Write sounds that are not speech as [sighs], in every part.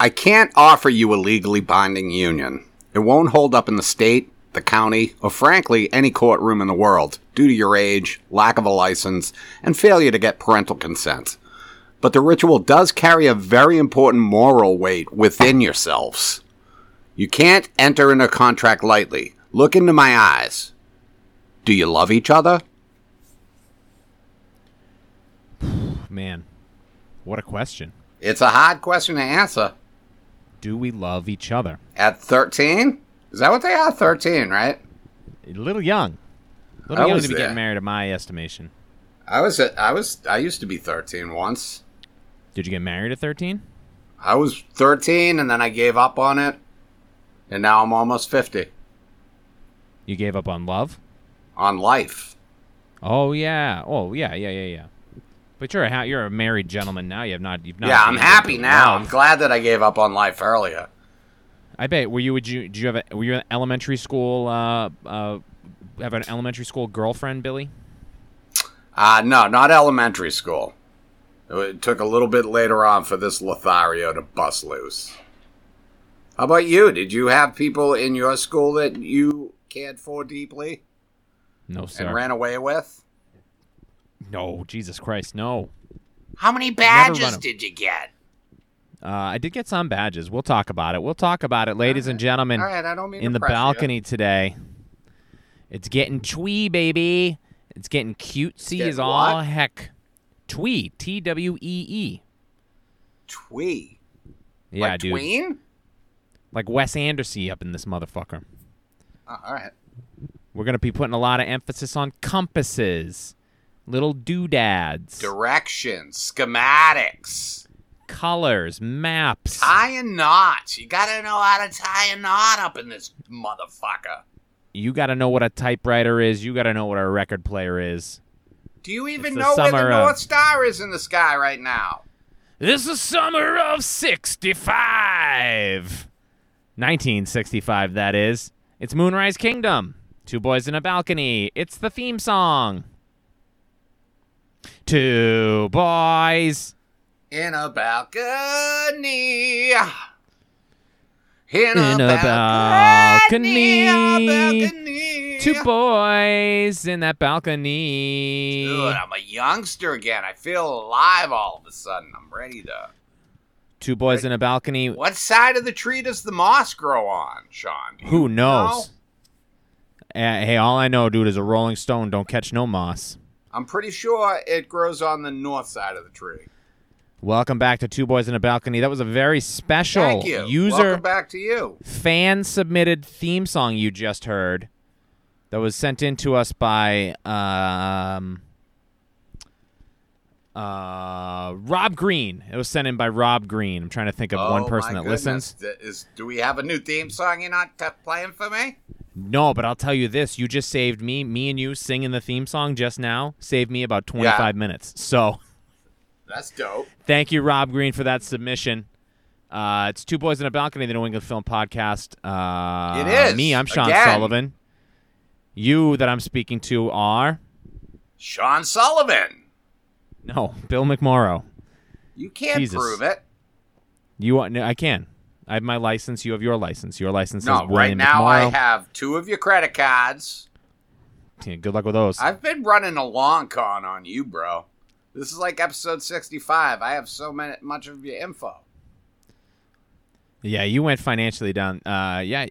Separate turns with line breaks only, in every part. I can't offer you a legally binding union. It won't hold up in the state, the county, or frankly, any courtroom in the world due to your age, lack of a license, and failure to get parental consent. But the ritual does carry a very important moral weight within yourselves. You can't enter into a contract lightly. Look into my eyes. Do you love each other?
Man, what a question.
It's a hard question to answer.
Do we love each other?
At 13? Is that what they are? 13, right?
A little young. A
I
little young
was
to be
there.
getting married, in my estimation.
I was at, I was I used to be 13 once.
Did you get married at 13?
I was 13 and then I gave up on it. And now I'm almost 50
You gave up on love?
on life.
Oh yeah. Oh yeah. Yeah yeah yeah. But you're a ha- you're a married gentleman now. You have not. You've not.
yeah, I'm
given
happy
up
now. I'm
love.
glad that I gave up on life earlier.
I bet. Were you? Would you? Do you have? A, were you an elementary school? Uh, uh, have an elementary school girlfriend, Billy?
Uh no, not elementary school. It took a little bit later on for this Lothario to bust loose. How about you? Did you have people in your school that you cared for deeply
No
and
sir.
ran away with?
no, Jesus Christ, no.
How many
Never run
badges
a-
did you get?
Uh, I did get some badges. We'll talk about it. We'll talk about it, ladies and gentlemen,
All right, I don't mean
in
to
the
pressure you.
balcony today. It's getting twee, baby. It's getting cutesy
Getting
as all
what?
heck. Twee, T W E E.
Twee.
Yeah,
like
dude.
tween?
Like Wes Anderson up in this motherfucker.
Oh, all right.
We're gonna be putting a lot of emphasis on compasses, little doodads,
Directions, schematics,
colors, maps.
tying knots. You gotta know how to tie a knot up in this motherfucker.
You gotta know what a typewriter is. You gotta know what a record player is.
Do you even
It's the
know where the
summer uh, of-
North Star is in the sky right now?
This is summer of 65. 1965, that is. It's Moonrise Kingdom. Two boys in a balcony. It's the theme song. Two boys.
In a balcony. In a,
In a
balcony. a
balcony.
balcony.
Two boys in that
Dude,
balcony.
I'm a youngster again. I feel alive all of a sudden. I'm ready to.
Two boys in a balcony.
What side of the tree does the moss grow on, Sean? Do you
Who
know?
knows? Eh, Hey, all I know, dude, is a rolling stone don't catch no moss.
I'm pretty sure it grows on the north side of the tree.
Welcome back to Two Boys in a Balcony. That was a very special
Thank you.
user
Welcome back to you.
fan submitted theme song you just heard that was sent in to us by um, uh, Rob Green. It was sent in by Rob Green. I'm trying to think of
One
one person that listens.
do we have a new theme song you're not t- playing for me?
No, but I'll tell you this: you just saved me. Me and you singing the theme song just now saved me about 25 minutes. So.
That's dope.
Thank you, Rob Green, for that submission. Uh, it's Two Boys in a Balcony, the New England Film Podcast. Uh,
It is,
Me, I'm Sean
again.
Sullivan. You that I'm speaking to are.
Sean Sullivan.
No, Bill McMorrow.
You can't
Jesus.
prove it.
You are. No, I can. I have my license. You have your license. Your license
No,
is
right
William
now I
McMorrow.
have two of your credit cards.
Yeah, Good luck with those.
I've been running a long con on you, bro. This is like episode 65. I have so many, much of your info.
yeah, you went financially down. Uh, yeah.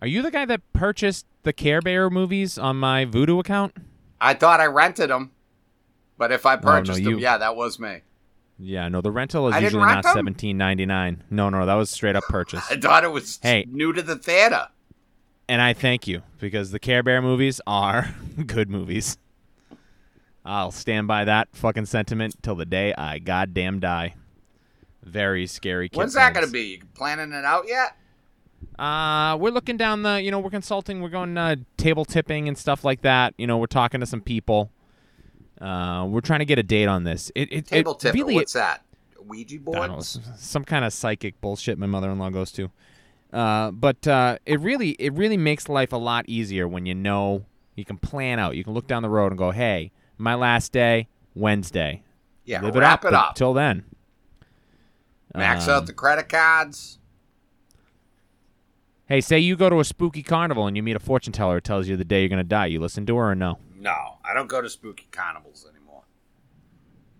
Are you the guy that purchased the Care Bear movies on my Voodoo account?
I thought I rented them, but if I purchased
Oh, you-
them, yeah, that was me.
Yeah, no, the rental is
I didn't
usually
rent
not
them?
seventeen ninety nine. No, no, that was straight up purchase.
I thought it was
Hey.
new to the theater.
And I thank you because the Care Bear movies are [laughs] good movies. I'll stand by that fucking sentiment till the day I goddamn die. Very scary. Kid
When's that
films.
going to be? You planning it out yet?
Uh, we're looking down the. You know, we're consulting. We're going uh, table tipping and stuff like that. You know, we're talking to some people. Uh, we're trying to get a date on this. It, it,
Table
it
tipper.
really,
What's that? Ouija
I don't know,
boards?
s- some kind of psychic bullshit my mother-in-law goes to. Uh, but uh, it really, it really makes life a lot easier when you know you can plan out. You can look down the road and go, "Hey, my last day, Wednesday.
Yeah,
Live
wrap it
up
up.
till then."
Max
Um,
out the credit cards.
Hey, say you go to a spooky carnival and you meet a fortune teller who tells you the day you're gonna die. You listen to her or no?
No, I don't go to spooky carnivals anymore.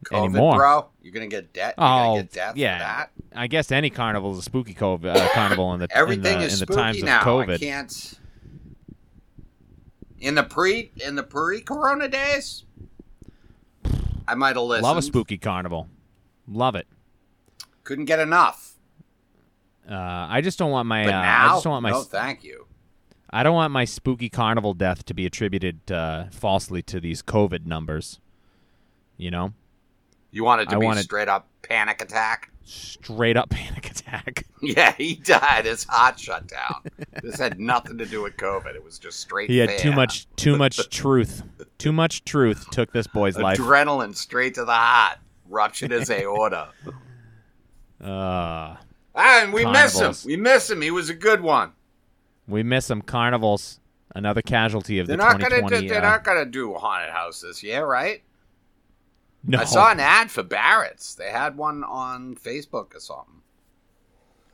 COVID,
Anymore.
bro. You're gonna get debt. You're
Oh,
gonna get death
yeah.
for that.
I guess any carnival is a spooky cove, uh, carnival in the
Everything
in the,
is
in the
spooky
times
now.
of
I
COVID.
can't. In the pre in the pre Corona days, I might have listened.
Love a spooky carnival. Love it.
Couldn't get enough.
Uh, I just don't want my.
But
uh,
now,
I just don't want my.
no, thank you.
I don't want my spooky carnival death to be attributed uh, falsely to these COVID numbers. You know,
You want it to
I
be
wanted-
straight up panic attack?
straight up [laughs] panic attack.
[laughs] Yeah, he died. His heart shut down. this had nothing to do with COVID. It was just straight.
He had too
fan.
much,
[laughs]
too much truth. Too much truth took this boy's life.
adrenaline straight to the heart, ruptured his aorta.
Uh,
Ah, and we miss
[laughs] Carnivals.
him. We miss him. He was a good one.
we miss some carnivals. Another casualty of
They're
the
not gonna.
2020.
Do, they're
uh,
not gonna do haunted house this year, right?
no,
I saw an ad for Barrett's. They had one on Facebook or something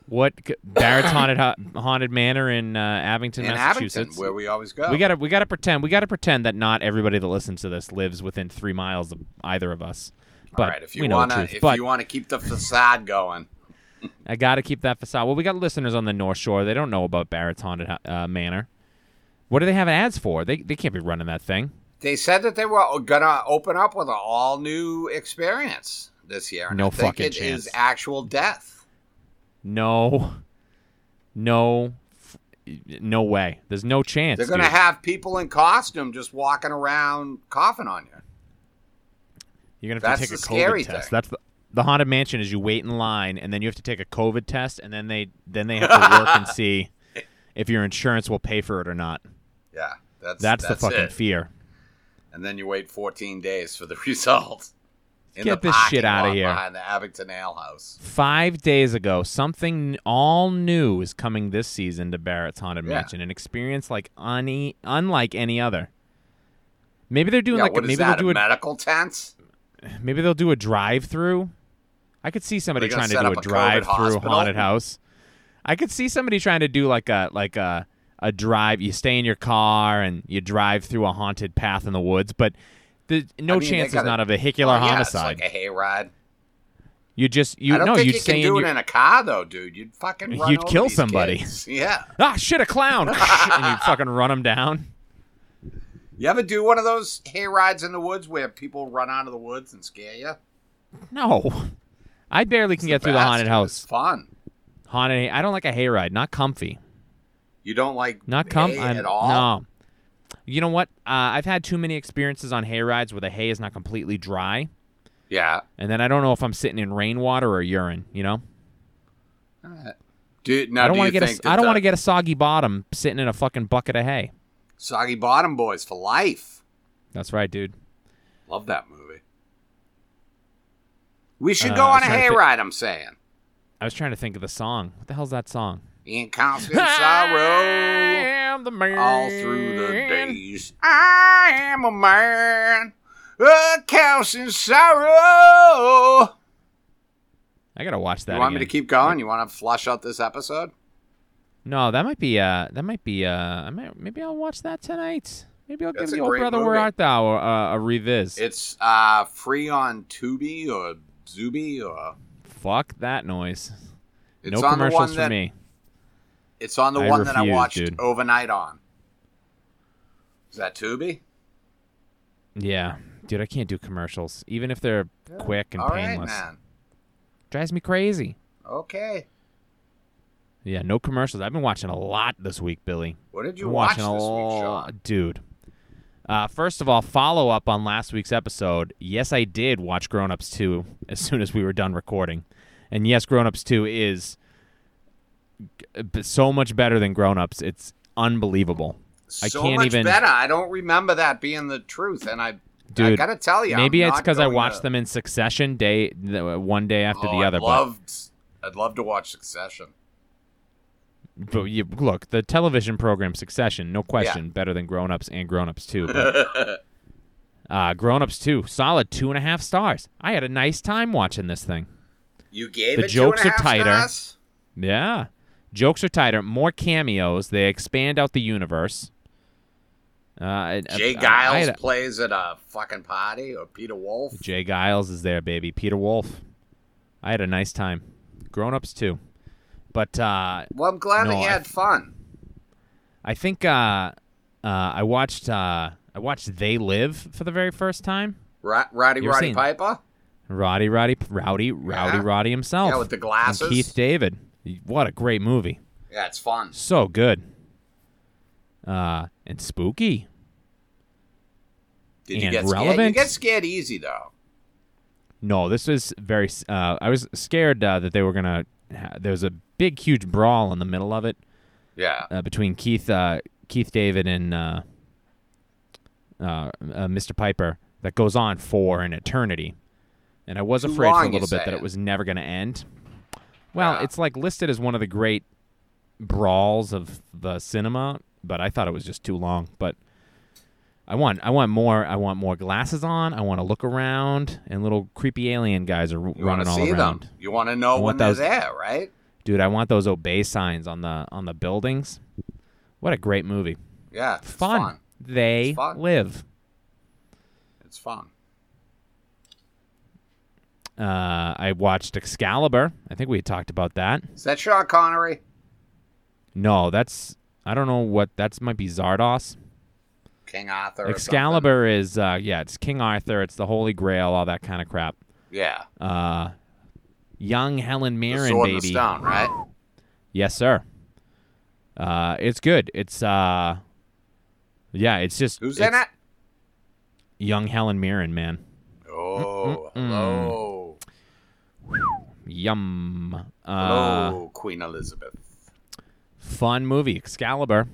what c- Barrett's haunted Hu- haunted manor in uh, Abington,
in Abington,
Massachusetts.
where we always go.
we gotta we gotta pretend we gotta pretend that not everybody that listens to this lives within three miles of either of us. But
All right, if you
we know the
wanna,
truth.
if
but
you wanna keep the facade going,
I gotta keep that facade. Well, we got listeners on the North Shore. They don't know about Barrett's haunted Hu- uh, manor. What do they have ads for? They they can't be running that thing.
they said that they were gonna open up with an all new experience this year. And
No
I think
fucking
it is
chance.
actual death.
No, no, f- no way. There's no chance.
They're gonna
dude.
have people in costume just walking around coughing on you.
You're gonna have to
That's
take a
the
COVID
scary
test.
thing.
That's the the haunted mansion is you wait in line and then you have to take a COVID test and then they then they have
[laughs]
to work and see if your insurance will pay for it or not.
Yeah, that's
That's, the fucking
it.
fear.
And then you wait 14 days for the [laughs] result. In
Get
the
this
parking
shit outta
lot
here.
Behind the Abington Ale House.
Five days ago, something all new is coming this season to Barrett's Haunted
Yeah.
Mansion, an experience like any unlike any other. Maybe they're doing
Yeah,
like a,
what is
maybe
that?
they'll
a
do a,
medical tent?
maybe they'll do a drive-through. I could see somebody
They're gonna
trying to
set up
do a
a COVID
drive-through
hospital?
haunted house. I could see somebody trying to do like a like a a drive. You stay in your car and you drive through a haunted path in the woods, but the, no
I mean, they
chance it's
gotta-
not a vehicular
Oh, yeah, it's
homicide.
like a hayride.
you just you
I don't
no
think
you'd
you
stay
can
in
do
your,
it in a car, though, dude. You'd fucking run
You'd
over
kill
these
somebody.
kids. [laughs] Yeah.
ah shit a
[laughs]
clown and you fucking run him down.
You ever do one of those hayrides in the woods where people run out of the woods and scare you?
No, I barely can get through the haunted
Bastards.
house.
Fun.
Haunted. I don't like a hayride. Not comfy.
You don't like
Not com-
hay
I'm-
at all?
No. You know what? Uh, I've had too many experiences on hay rides where the hay is not completely dry,
Yeah.
and then I don't know if I'm sitting in rainwater or urine. You know,
Do, now,
I don't
do
want
you
to get
think
a,
that
I don't
the
want to get a soggy bottom sitting in a fucking bucket of hay.
Soggy Bottom Boys for life.
That's right, dude.
Love that movie. We should
Uh,
go on
I was
a
trying to thi-
hayride, I'm saying.
I was trying to think of the song. What the hell's that song? [laughs]
Inconstant
I
sorrow
am the man.
all through the days. I am a man. A constant sorrow.
I gotta watch that.
You want me
again.
to keep going? You want to flush out this episode?
No, that might be uh that might be uh I might maybe I'll watch that tonight. Maybe I'll
That's
give
a
the old
great
brother where
movie.
art thou uh, a revis.
It's uh, free on Tubi or Zubi or
Fuck that noise.
it's
no
on the
commercials
one
for
that
me.
it's on the
I
one that I
refuse,
watched
dude.
overnight on. Is that Tubi?
Yeah, dude, I can't do commercials, even if they're quick and
All right,
painless.
man.
Drives me crazy.
Okay.
Yeah, no commercials. I've been watching a lot this week, Billy.
What did you
Been
watch
watching
this
a
week,
lot,
Sean?
dude. Uh, first of all, follow up on last week's episode. Yes, I did watch Grown Ups 2 as soon as we were done recording. And yes, Grown Ups 2 is g- b- so much better than Grown Ups. It's unbelievable. I
so
can't
much
even-
better. I don't remember that being the truth, and I, I
Dude,
gotta tell you,
Maybe
I'm
it's
because
I watched them in succession day th- one day after the other,
Oh, I'd loved, I'd love to watch Succession.
but, but you, look, the television program Succession, no question, better than Grown Ups and Grown Ups 2. but-
[laughs]
Uh, Grown Ups 2, solid two and a half stars. I had a nice time watching this thing.
You gave
The
it two
jokes
and a
are
half
tighter.
stars?
Yeah. Jokes are tighter, more cameos. They expand out the universe. Uh, I- I-
Jay
I-
Giles
I had a-
plays at a fucking party, or Peter Wolf.
Jay Giles is there, baby. Peter Wolf. I had a nice time. Grown ups too. But uh,
Well, I'm glad
No,
that you
I-
had fun.
I think uh, uh, I watched uh, I watched They Live for the very first time.
Ro- Roddy
You were
Roddy
saying-
Piper?
Roddy Roddy Rowdy Rowdy
Yeah.
Roddy himself.
Yeah, with the
and
glasses.
Keith David. What a great movie.
Yeah, it's fun.
So good. Uh, and spooky.
Did you
And
get scared? You
relevant.
get scared easy, though.
No, this was very. s- Uh, I was scared uh, that they were gonna. Ha- there was a big, huge brawl in the middle of it
Yeah.
uh, between Keith, uh, Keith David, and uh, uh, uh, Mr. Piper that goes on for an eternity. And I was
Too
afraid
long,
for a
you
little bit that
saying.
it was never gonna end. Well,
Yeah.
it's like listed as one of the great brawls of the cinema, but I thought it was just too long. But I want I want more I want more glasses on. I want to look around and little creepy alien guys are r-
You want
running
to
all
see
around.
them. You want to know
I
when
want
they're
those-
there, right?
Dude, I want those obey signs on the on the buildings. What a great movie.
Yeah. It's
Fun.
fun.
They
It's fun.
live.
It's fun.
Uh, I watched Excalibur. I think we had talked about that.
Is that Sean Connery?
No, that's I don't know what that's might be Zardos.
King Arthur? or something?
Excalibur is uh, yeah, it's King Arthur, it's the Holy Grail, all that kind of crap.
Yeah.
Uh, young Helen
The
Mirren,
Sword and the
baby.
Stone, right?
Yes, sir. Uh, it's good. It's uh, yeah, it's just
Who's
it's
in it?
Young Helen Mirren, man.
Oh,
Mm-mm-mm.
hello.
Yum. Uh,
Hello, Queen Elizabeth.
fun movie, Excalibur.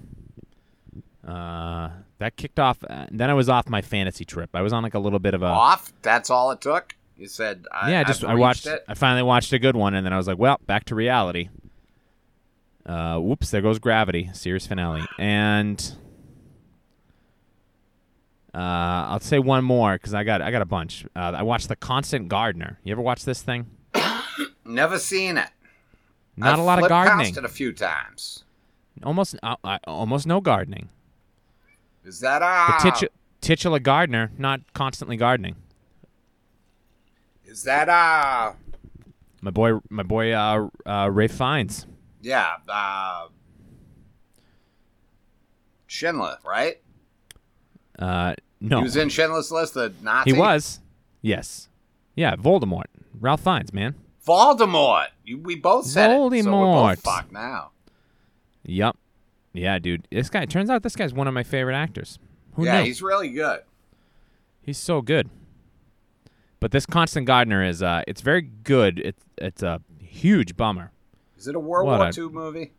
Uh, that kicked off. Uh, then I was off my fantasy trip. I was on like a little bit of a
Off? That's all it took? You said, Oh, I,
Uh, yeah. I
I've
just I
reached
watched.
it.
I finally watched a good one, and then I was like, well, back to reality. Uh, whoops! There goes gravity. Series finale, and uh, I'll say one more because I got I got a bunch. Uh, I watched The Constant Gardener. You ever watch this thing?
Never seen it.
Not
a
a lot of gardening.
it a few times.
Almost uh, uh, almost no gardening.
Is that uh,
Titu- titular gardener, not constantly gardening.
Is that uh,
My boy, my boy, uh, uh, Ray Fiennes.
yeah, uh, Schindler, right?
Uh, no,
He was in Schindler's List, the Nazi.
He was. Yes. Yeah, Voldemort. Ralph Fiennes, man.
Voldemort. You, we both said it. So we're both
Voldemort.
fucked now.
Yup. Yeah, dude. This guy. Turns out this guy's one of my favorite actors. Who
yeah,
knew?
he's really good.
He's so good. But this Constant Gardener is. Uh, it's very good. It's it's a huge bummer.
Is it a World
What
War
a-
II movie?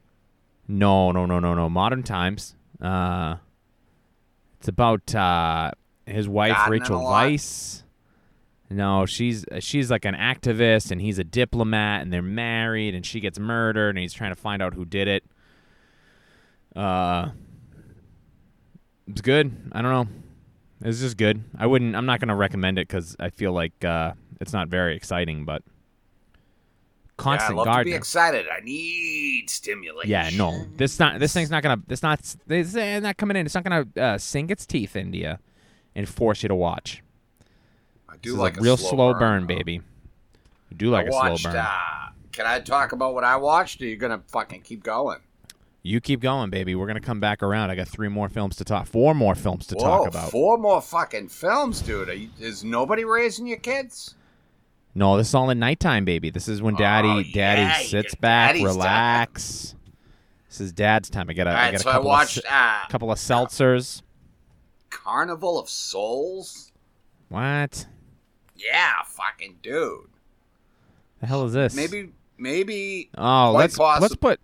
No, no, no, no, no. Modern times. Uh, it's about uh, his wife
Gardening a
Rachel
lot?
Weiss. No, she's she's like an activist, and he's a diplomat, and they're married, and she gets murdered, and he's trying to find out who did it. Uh, it's good. I don't know. It's just good. I wouldn't. I'm not gonna recommend it because I feel like uh, it's not very exciting. But
yeah, I
Constant
love to be
Gardener.
excited. I need stimulation.
Yeah, no. This not this thing's not gonna this not this eh, not coming in. It's not gonna uh, sink its teeth into you and force you to watch.
I do
This is
like
a real
slow,
burn,
though.
baby. You do like
I
a
watched,
slow burn.
Uh, can I talk about what I watched? Or you gonna fucking keep going?
You keep going, baby. We're gonna come back around. I got three more films to talk. Four more films to
Whoa,
talk about.
four more fucking films, dude. Are you, is nobody raising your kids?
No, this is all in nighttime, baby. This is when daddy
Oh,
daddy
yeah,
sits
your
back,
daddy's time.
relax. This is dad's time. I got a,
All
I
right,
got
so
a
I
couple
watched
of se-
uh,
couple of seltzers.
Carnival of Souls.
What
Yeah, fucking dude.
the hell is this?
Maybe, maybe.
Oh,
Quite
let's let's
possib-
put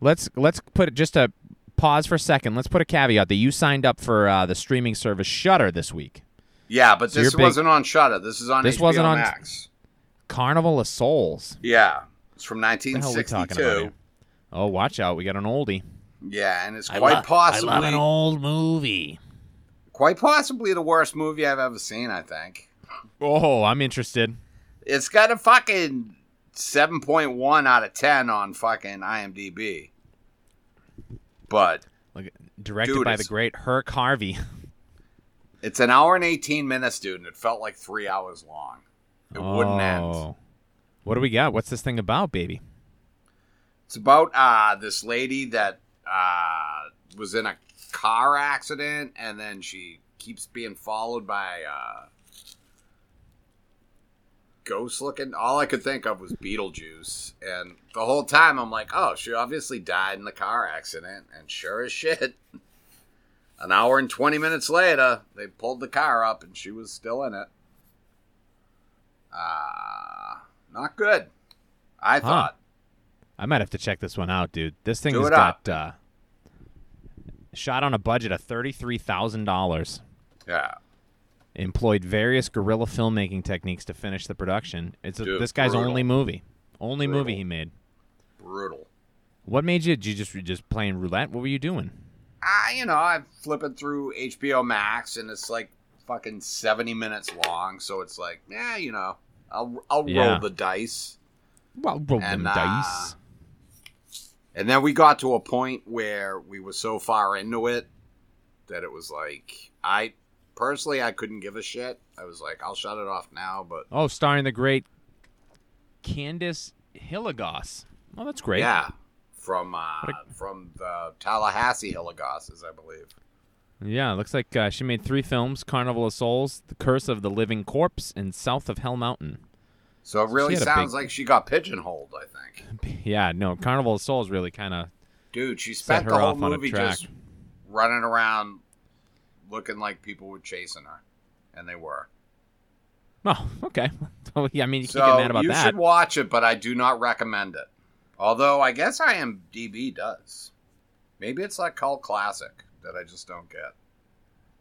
let's let's put just a pause for a second. Let's put a caveat that you signed up for uh, the streaming service Shutter this week.
Yeah, but
So
this
you're big-
wasn't on Shutter. This is on
This
HBO
wasn't on-
Max.
Carnival of Souls.
Yeah, it's from
What the hell are we talking
1962.
about? here? Oh, watch out! We got an oldie.
yeah, and it's quite possibly
old movie.
quite possibly the worst movie I've ever seen. I think
Oh, I'm interested.
it's got a fucking seven point one out of ten on fucking IMDb. But
Like, directed
Dude,
by the
it's-
great Herc Harvey.
it's an hour and eighteen minutes, dude, and it felt like three hours long. It wouldn't end.
Oh. What do we got? What's this thing about, baby?
It's about uh this lady that uh was in a car accident and then she keeps being followed by uh ghost looking all I could think of was Beetlejuice and the whole time I'm like, oh, she obviously died in the car accident and sure as shit. [laughs] An hour and twenty minutes later, they pulled the car up and she was still in it. Uh not good. I thought.
I might have to check this one out, dude. This thing
Do
has
it up.
got uh, shot on a budget of thirty-three thousand dollars.
Yeah.
Employed various guerrilla filmmaking techniques to finish the production. It's a,
Dude,
this guy's
brutal.
only movie, only
Brutal.
movie he made.
brutal.
What made you? Did you just just playing roulette? What were you doing?
I, you know, I'm flipping through HBO Max, and it's like fucking seventy minutes long, so it's like, yeah, you know, I'll I'll
Yeah.
roll the dice.
Well, roll
And,
them
uh,
dice.
And then we got to a point where we were so far into it that it was like, I personally, I couldn't give a shit. I was like, I'll shut it off now, but
Oh, starring the great Candice Hilligoss. Oh, that's great.
yeah, from uh,
What
from the Tallahassee Hilligosses, I believe.
Yeah, looks like uh, she made three films: Carnival of Souls, The Curse of the Living Corpse, and South of Hell Mountain. [laughs]
So it really
had a
sounds
big-
like she got pigeonholed. I think.
Yeah, no, Carnival of Souls really kind of
Dude, she
set
spent
her
the whole
off on a
movie
track.
just running around looking like people were chasing her. And they were.
Oh, okay. [laughs] Well, yeah, I mean, you
so
can't get mad about
you
that.
should watch it, but I do not recommend it. Although I guess IMDb does. Maybe it's like cult classic that I just don't get.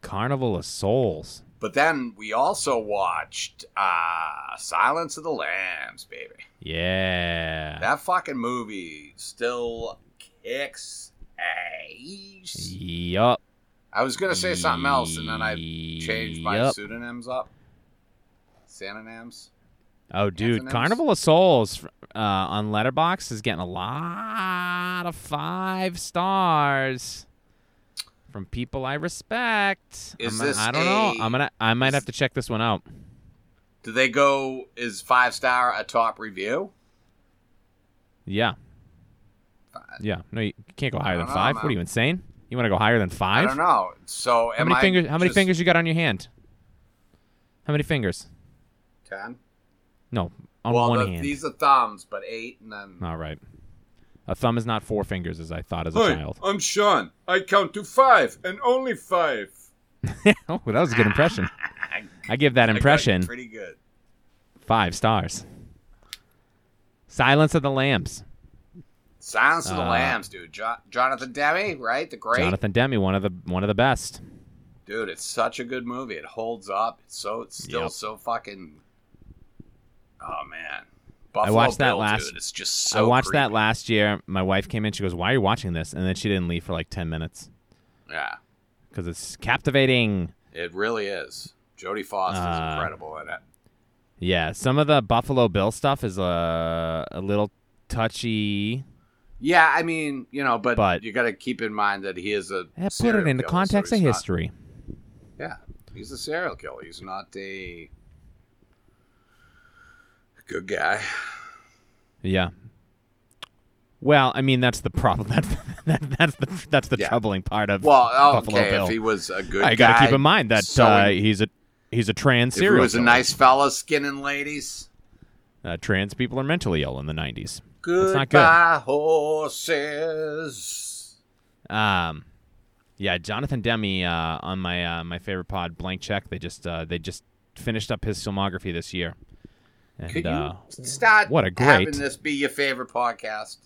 Carnival of Souls.
But then we also watched uh, Silence of the Lambs, baby.
Yeah.
That fucking movie still kicks ass.
yup.
I was gonna say something else, and then I changed my
Yup.
pseudonyms up. Synonyms.
Oh, dude,
synonyms.
Carnival of Souls uh, on Letterbox is getting a lot of five stars from people I respect.
Is
I'm gonna-
this
I don't know.
a-
I'm gonna. I might
is-
have to check this one out.
Do they go is five star a top review?
Yeah. Yeah. No, you can't go higher
I
than
don't know,
five.
man.
What are you insane? You want to go higher than
I
five?
don't know. So
How
am
many
I
fingers? How many
just
fingers you got on your hand? How many fingers?
Ten.
No, on
well,
one
the-
hand.
these are thumbs, but eight and then.
All right. A thumb is not four fingers, as I thought as a child. [laughs]
I'm Sean. I count to five and only five.
oh, that was
[laughs]
a good impression. I give that impression
pretty good.
five stars. Silence of the Lambs.
Silence of the
Uh,
Lambs, dude. Jo- Jonathan Demme, right? The great
Jonathan Demme, one of the one of the best.
dude. It's such a good movie. It holds up. It's so it's still
Yep.
so fucking. Oh man, Buffalo
watched that
Bill,
last-
Dude, it's just so.
I watched
creepy.
that last year. My wife came in. She goes, "Why are you watching this?" And then she didn't leave for like ten minutes
Yeah,
because it's captivating.
it really is. Jodie Foster's
Uh,
incredible in it.
Yeah, some of the Buffalo Bill stuff is uh, a little touchy.
Yeah, I mean, you know, but,
but-
you got to keep in mind that he is a.
Yeah, Eh, put
serial
it into
killer, so
context of
he's not-
history.
yeah, he's a serial killer. He's not a good guy.
Yeah. Well, I mean that's the problem. [laughs] That's that, that's the that's the
Yeah.
troubling part of
Well, oh,
Buffalo
okay,
Bill.
if he was a good,
I
guy,
gotta keep in mind that
so
uh,
in-
he's a he's a trans
if he
serial
was a
killer.
nice fella, skinning ladies.
uh, trans people are mentally ill in the nineties. not good.
Goodbye, horses.
Um, yeah, Jonathan Demme uh, on my uh, my favorite pod, Blank Check. They just uh, they just finished up his filmography this year. And,
Could you
uh,
start
what a
having
great-
this be your favorite podcast?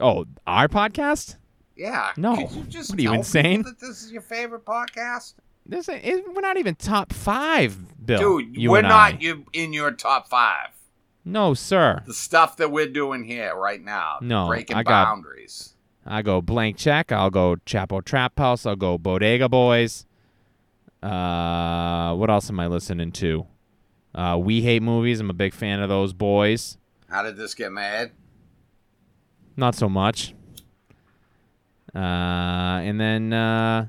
oh, our podcast?
Yeah.
No.
Could you just
What are you,
tell people
insane?
That this is your favorite podcast,
This ain't- it, we're not even top five, Bill.
dude.
you
we're
and
not
I.
you in your top five.
No, sir.
The stuff that we're doing here right now,
No,
breaking
I got-
boundaries.
I go blank check. I'll go Chapo Trap House. I'll go Bodega Boys. Uh, what else am I listening to? Uh, we hate movies. I'm a big fan of those boys.
How did this get mad?
Not so much. Uh, and then, uh,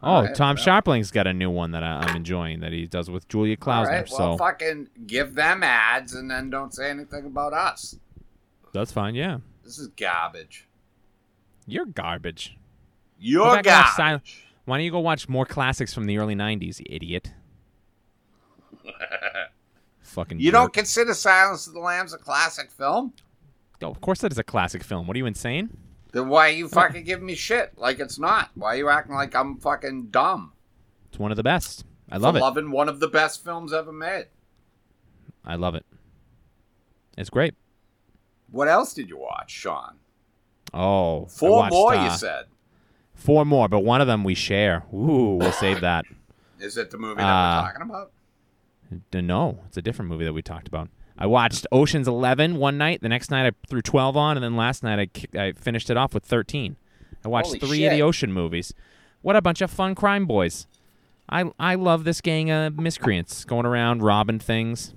All
oh,
right,
Tom
well.
Sharpling's got a new one that I, I'm enjoying that he does with Julia
All
Klausner.
right, well,
so
fucking give them ads and then don't say anything about us.
that's fine. Yeah,
This is garbage.
you're garbage.
You're
back and watch
garbage.
Silent- Why don't you go watch more classics from the early '90s, you
[laughs]
idiot? Fucking.
You
jerk.
don't consider Silence of the Lambs a classic film?
Oh, of course, that is a classic film. What are you insane?
Then why are you fucking giving me shit like it's not? Why are you acting like I'm fucking dumb?
It's one of the best. I love
for
it.
loving one of the best films ever made.
I love it. It's great.
What else did you watch, Sean?
Oh, I
Four
watched,
more,
uh,
you said.
Four more, but one of them we share. Ooh, we'll save that.
Is it the movie that
uh,
we're talking about?
D- No, it's a different movie that we talked about. I watched Ocean's Eleven one night. The next night I threw twelve on, and then last night I, ki- I finished it off with thirteen. I watched
Holy
three
shit.
of the Ocean movies. What a bunch of fun crime boys! I I love this gang of miscreants going around robbing things,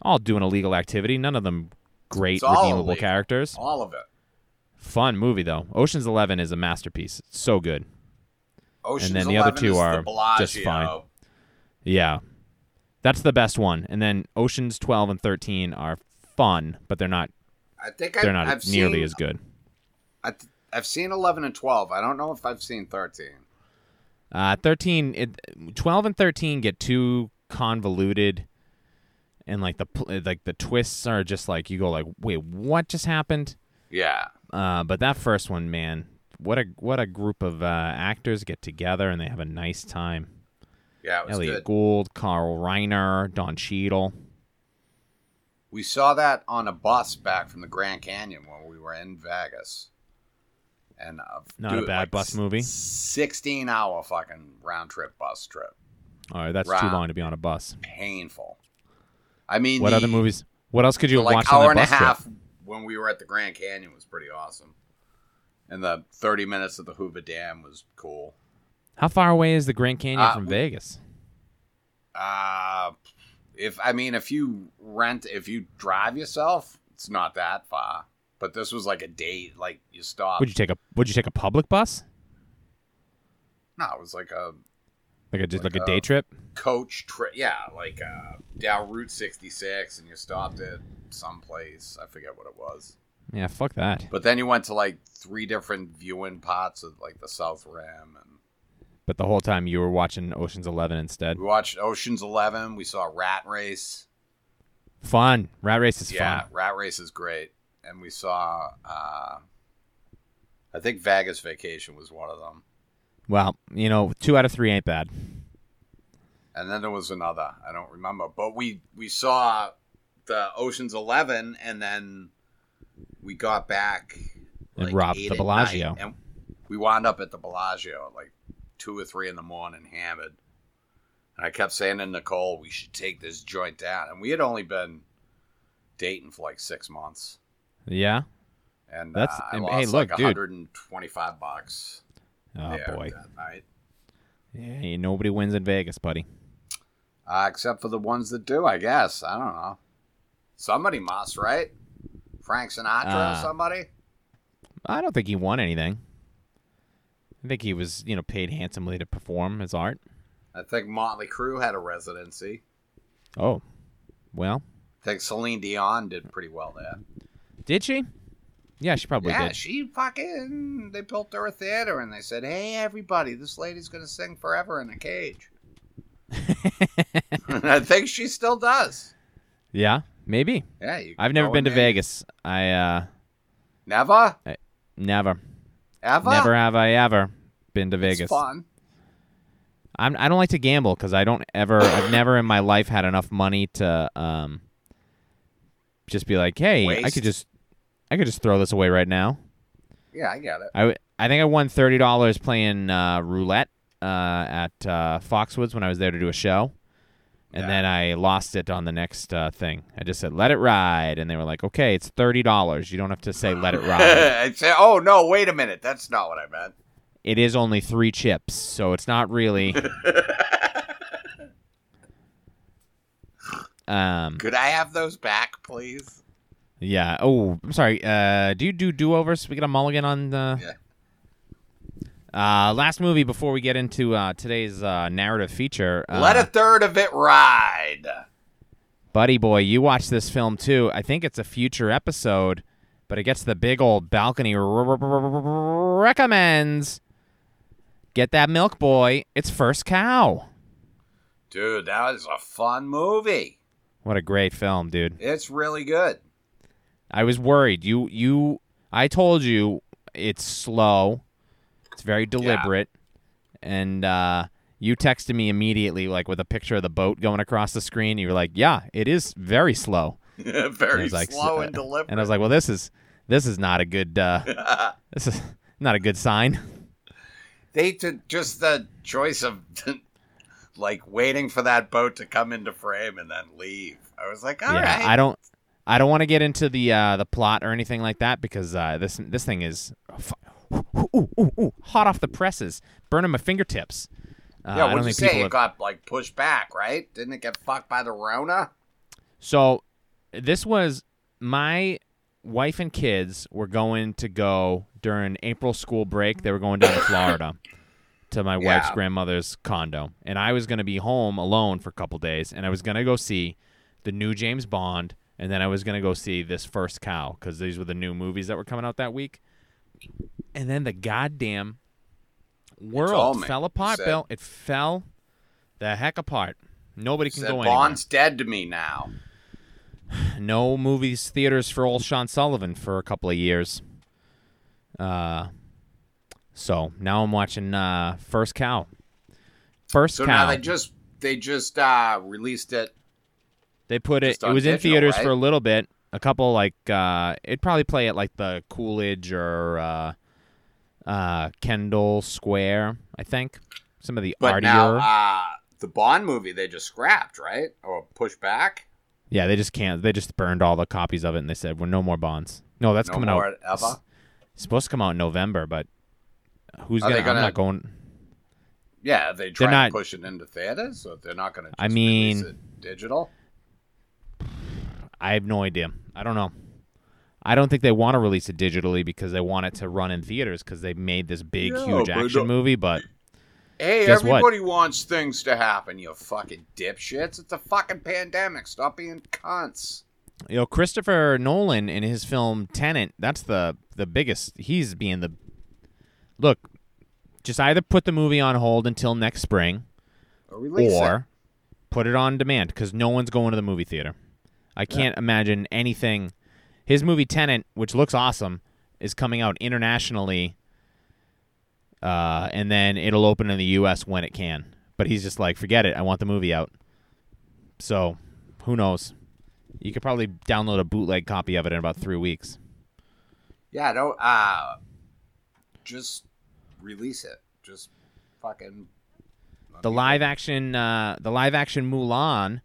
all doing illegal activity. None of them great
It's all
redeemable
illegal.
characters.
All of it.
Fun movie though. Ocean's Eleven is a masterpiece. It's so good.
Ocean's
then the other
11
two
is the
are just
Bellagio.
fine. Yeah. That's the best one. And then Oceans 12 and 13 are fun, but they're not
I think
they're
I,
not
I've
nearly
seen,
as good.
I th- I've seen 11 and 12. I don't know if I've seen 13.
Uh 13 it, 12 and 13 get too convoluted and like the pl- like the twists are just like you go like, "Wait, what just happened?"
Yeah.
Uh, but that first one, man, what a what a group of uh, actors get together and they have a nice time.
Yeah, it was
Elliot
good.
Gould, Carl Reiner, Don Cheadle.
We saw that on a bus back from the Grand Canyon when we were in Vegas. And uh,
Not a
dude,
bad
like
bus
s-
movie.
16 hour fucking round trip bus trip.
All right, that's too
Rob.
long to be on a bus.
Painful. I mean,
What
the,
other movies? What else could you have
like
watched
hour
on
and a
that bus
half
trip?
when we were at the Grand Canyon was pretty awesome. And the 30 minutes of the Hoover Dam was cool.
How far away is the Grand Canyon
Uh,
from
w-
Vegas?
Uh if I mean if you rent if you drive yourself, it's not that far. But this was like a date, like you stopped.
Would you take a Would you take a public bus?
no, it was like a
Like a just like,
Like,
a day
uh,
trip?
coach trip. Yeah, like uh, down Route 66, and you stopped at someplace. I forget what it was.
Yeah, fuck that.
But then you went to like three different viewing pots of like the South Rim, and
But the whole time you were watching Ocean's Eleven instead.
we watched Ocean's Eleven. We saw Rat Race.
Fun. Rat race is
yeah,
fun.
Rat Race is great. And we saw, uh, I think Vegas Vacation was one of them.
Well, you know, two out of three ain't bad.
And then there was another. I don't remember. But we, we saw the Ocean's Eleven, and then we got back.
And robbed
eight
the
at
Bellagio.
night, and we wound up at the Bellagio at like two or three in the morning, hammered. And I kept saying to Nicole, we should take this joint down. And we had only been dating for like six months.
Yeah.
and
That's-
uh, I
and-
lost
hey,
like
look, dude.
125 bucks.
Oh
there
boy.
that night.
Yeah, ain't nobody wins in Vegas, buddy.
Uh, except for the ones that do, I guess. I don't know. Somebody must, right? Frank Sinatra
Uh,
or somebody?
I don't think he won anything. I think he was, you know, paid handsomely to perform his art.
I think Motley Crue had a residency.
Oh. Well,
I think Celine Dion did pretty well there.
did she? Yeah, she probably
yeah,
did.
she fucking. They built her a theater and they said, hey, everybody, this lady's going to sing forever in a
[laughs]
cage. I think she still does.
yeah, maybe.
Yeah, you
I've
go
never
in
been to
there.
Vegas. I uh
Never,
never,
ever,
never have I ever been to
It's
Vegas.
fun.
I'm, I don't like to gamble because I don't ever. I've never in my life had enough money to um just be like, hey, I
Waste.
could just, I could just throw this away right now.
Yeah, I get it.
I, w- I think I won thirty dollars playing uh, roulette uh, at uh, Foxwoods when I was there to do a show, and
Yeah.
then I lost it on the next uh, thing. I just said, let it ride, and they were like, okay, it's thirty dollars. You don't have to say
[laughs]
let it ride.
I'd say, oh no, wait a minute, that's not what I meant.
it is only three
[laughs]
chips, so it's not really. Um,
Could I have those back, please?
yeah. Oh, I'm sorry. Uh, do you do do overs? We get a mulligan on the.
Yeah.
Uh, last movie before we get into uh, today's uh, narrative feature. Uh,
Let a third of it ride.
Buddy boy, you watch this film too. I think it's a future episode, but it gets the big old balcony r- r- r- r- r- recommends. Get that milk boy. It's first cow.
Dude, that was a fun movie.
What a great film, dude.
It's really good. [laughs]
I was worried. You you I told you it's slow. It's very deliberate. And uh you texted me immediately like with a picture of the boat going across the screen. You were like, "Yeah, it is very slow." And I
Very
was like,
slow
uh,
and deliberate.
And I was like, "Well, this is this is not a good uh [laughs] This is not a good sign.
[laughs] they did just the choice of [laughs] like waiting for that boat to come into frame and then leave. I was like, all right,
yeah, I don't. I don't want to get into the uh, the plot or anything like that because uh, this this thing is f- ooh, ooh, ooh, ooh, hot off the presses, burning my fingertips.
yeah,
Uh, I don't
what'd you
think
say?
people
It
have-
got like pushed back, right? Didn't it get fucked by the Rona?
So this was my wife and kids were going to go during April school break. They were going down
[laughs]
to Florida to my wife's
Yeah.
grandmother's condo, and I was going to be home alone for a couple days, and I was going to go see the new James Bond, and then I was going to go see this first cow because these were the new movies that were coming out that week. And then the goddamn
all
world
me,
fell
you
apart,
said.
Bill. It fell the heck apart. Nobody can
Said
go anywhere
Bond's dead to me now.
no movies theaters for old Sean Sullivan for a couple of years. Uh, so now I'm watching uh, First Cow. First
So now
Cow.
they just they just uh released it.
They put it.
Just
It
on
was in
digital,
theaters
right?
for a little bit. A couple like uh, it'd probably play at like the Coolidge or uh, uh, Kendall Square, I think. Some of the
But
artier.
now uh the Bond movie they just scrapped, right? Or pushed back?
yeah, they just can't. They just burned all the copies of it, and they said, "Well, no more bonds." No, that's
No
coming
more
out.
ever?
It's supposed to come out in November, but who's
Are
gonna,
they
I'm
gonna-
not going.
Yeah, they tried
not-
to push it into theaters, so they're not gonna just
I mean-
release it digital.
I have no idea. I don't know. I don't think they want to release it digitally because they want it to run in theaters because they made this big,
Yeah,
huge
but
action
the-
movie. But
Hey,
Guess what?
everybody wants things to happen, you fucking dipshits. It's a fucking pandemic. Stop being cunts.
you know, Christopher Nolan in his film Tenant, that's the the biggest. He's being the look. Just either put the movie on hold until next spring,
Or release
or
it.
put it on demand because no one's going to the movie theater. I can't imagine anything. His movie Tenant, which looks awesome, is coming out internationally, uh, and then it'll open in the U.S. when it can. But he's just like, forget it. I want the movie out. So, who knows? You could probably download a bootleg copy of it in about three weeks.
Yeah, don't. Uh, just release it. Just fucking.
The live action, uh, the live action Mulan,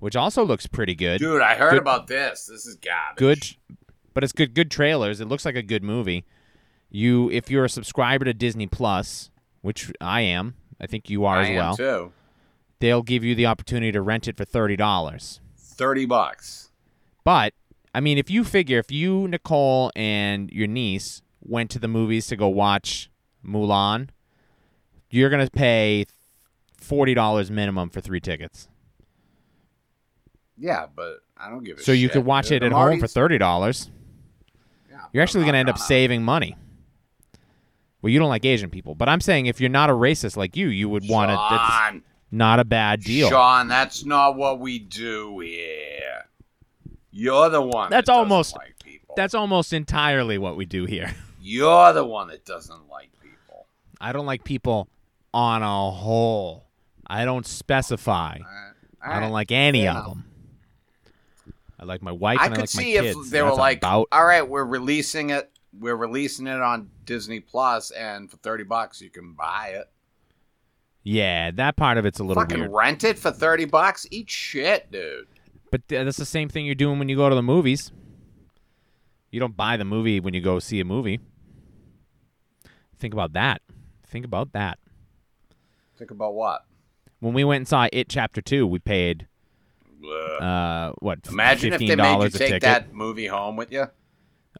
which also looks pretty good.
Dude, I heard
Good-
about this. This is garbage.
good but it's good good trailers it looks like a good movie you if you're a subscriber to disney plus which i am i think you are
I
as
am
well
too.
they'll give you the opportunity to rent it for $30
Thirty bucks.
but i mean if you figure if you nicole and your niece went to the movies to go watch mulan you're going to pay $40 minimum for three tickets
Yeah, but I don't give a shit.
so you could watch
dude.
it at
I'm
home
already-
for $30
Yeah,
You're actually
I'm
going to
not
end up
gonna.
saving money. Well, you don't like Asian people, but I'm saying if you're not a racist like you, you would want to. That's
Sean,
not a bad deal.
Sean, that's not what we do here. You're the one. that
That's
doesn't
almost-
like people.
That's almost entirely what we do here. [laughs]
You're the one that doesn't like people.
I don't like people on a whole. I don't specify. I don't like any
fair
of
enough.
them. I like my wife
I
and I
could
like
see
my
if
kids. and
they were
that's
like,
about
"All right, we're releasing it. We're releasing it on Disney Plus, and for thirty bucks you can buy it.
yeah, that part of it's a little
Fucking
weird.
rent it for thirty bucks. Eat shit, dude.
But th- that's the same thing you're doing when you go to the movies. You don't buy the movie when you go see a movie. Think about that. Think about that.
Think about what?
When we went and saw It Chapter 2, we paid
Ugh.
uh, what? f-
Imagine if they made
$15
you
a
take
ticket.
that movie home with you.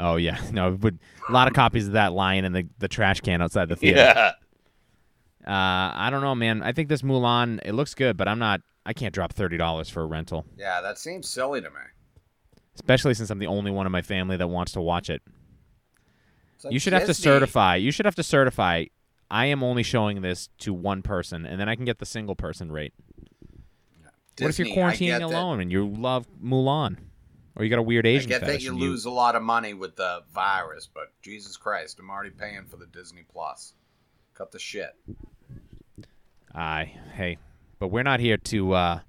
Oh yeah, [laughs] no, it would a lot of copies of that lying in the, the trash can outside the theater.
Yeah.
Uh, I don't know, man. I think this Mulan it looks good, but I'm not. I can't drop thirty dollars for a rental,
Yeah, that seems silly to me.
especially since I'm the only one in my family that wants to watch it.
It's like
you should have to
Disney.
certify. You should have to certify. I am only showing this to one person, and then I can get the single person rate. what if you're
Disney, I get
quarantining
that-
alone and you love Mulan, or you got a weird
I
Asian
get that
fetish
you
and you-
lose a lot of money with the virus, but Jesus Christ, I'm already paying for the Disney Plus. Cut the shit.
Aye, hey, but we're not here to uh,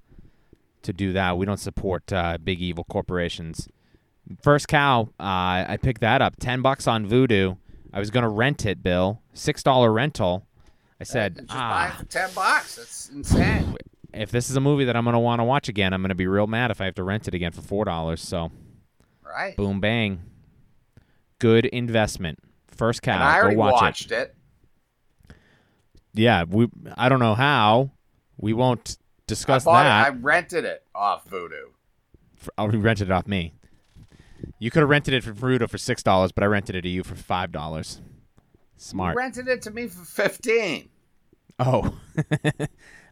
to do that. We don't support uh, big evil corporations. First cow, uh, I picked that up. Ten bucks on Voodoo. I was gonna rent it, Bill. Six dollar rental. I said,
Just Uh, buy it
ah,
for ten bucks. That's insane.
if this is a movie that I'm gonna want to watch again, I'm gonna be real mad if I have to rent it again for four dollars. So,
Right.
boom, bang, good investment. First cow,
and I already
go watch it.
watched it.
Yeah, we. I don't know how. We won't
I
discuss
bought it.
that.
I rented it off Voodoo.
for, oh, you rented it off me. You could have rented it from Fruto for six dollars, but I rented it to you for five dollars. Smart.
You rented it to me for fifteen.
oh, [laughs]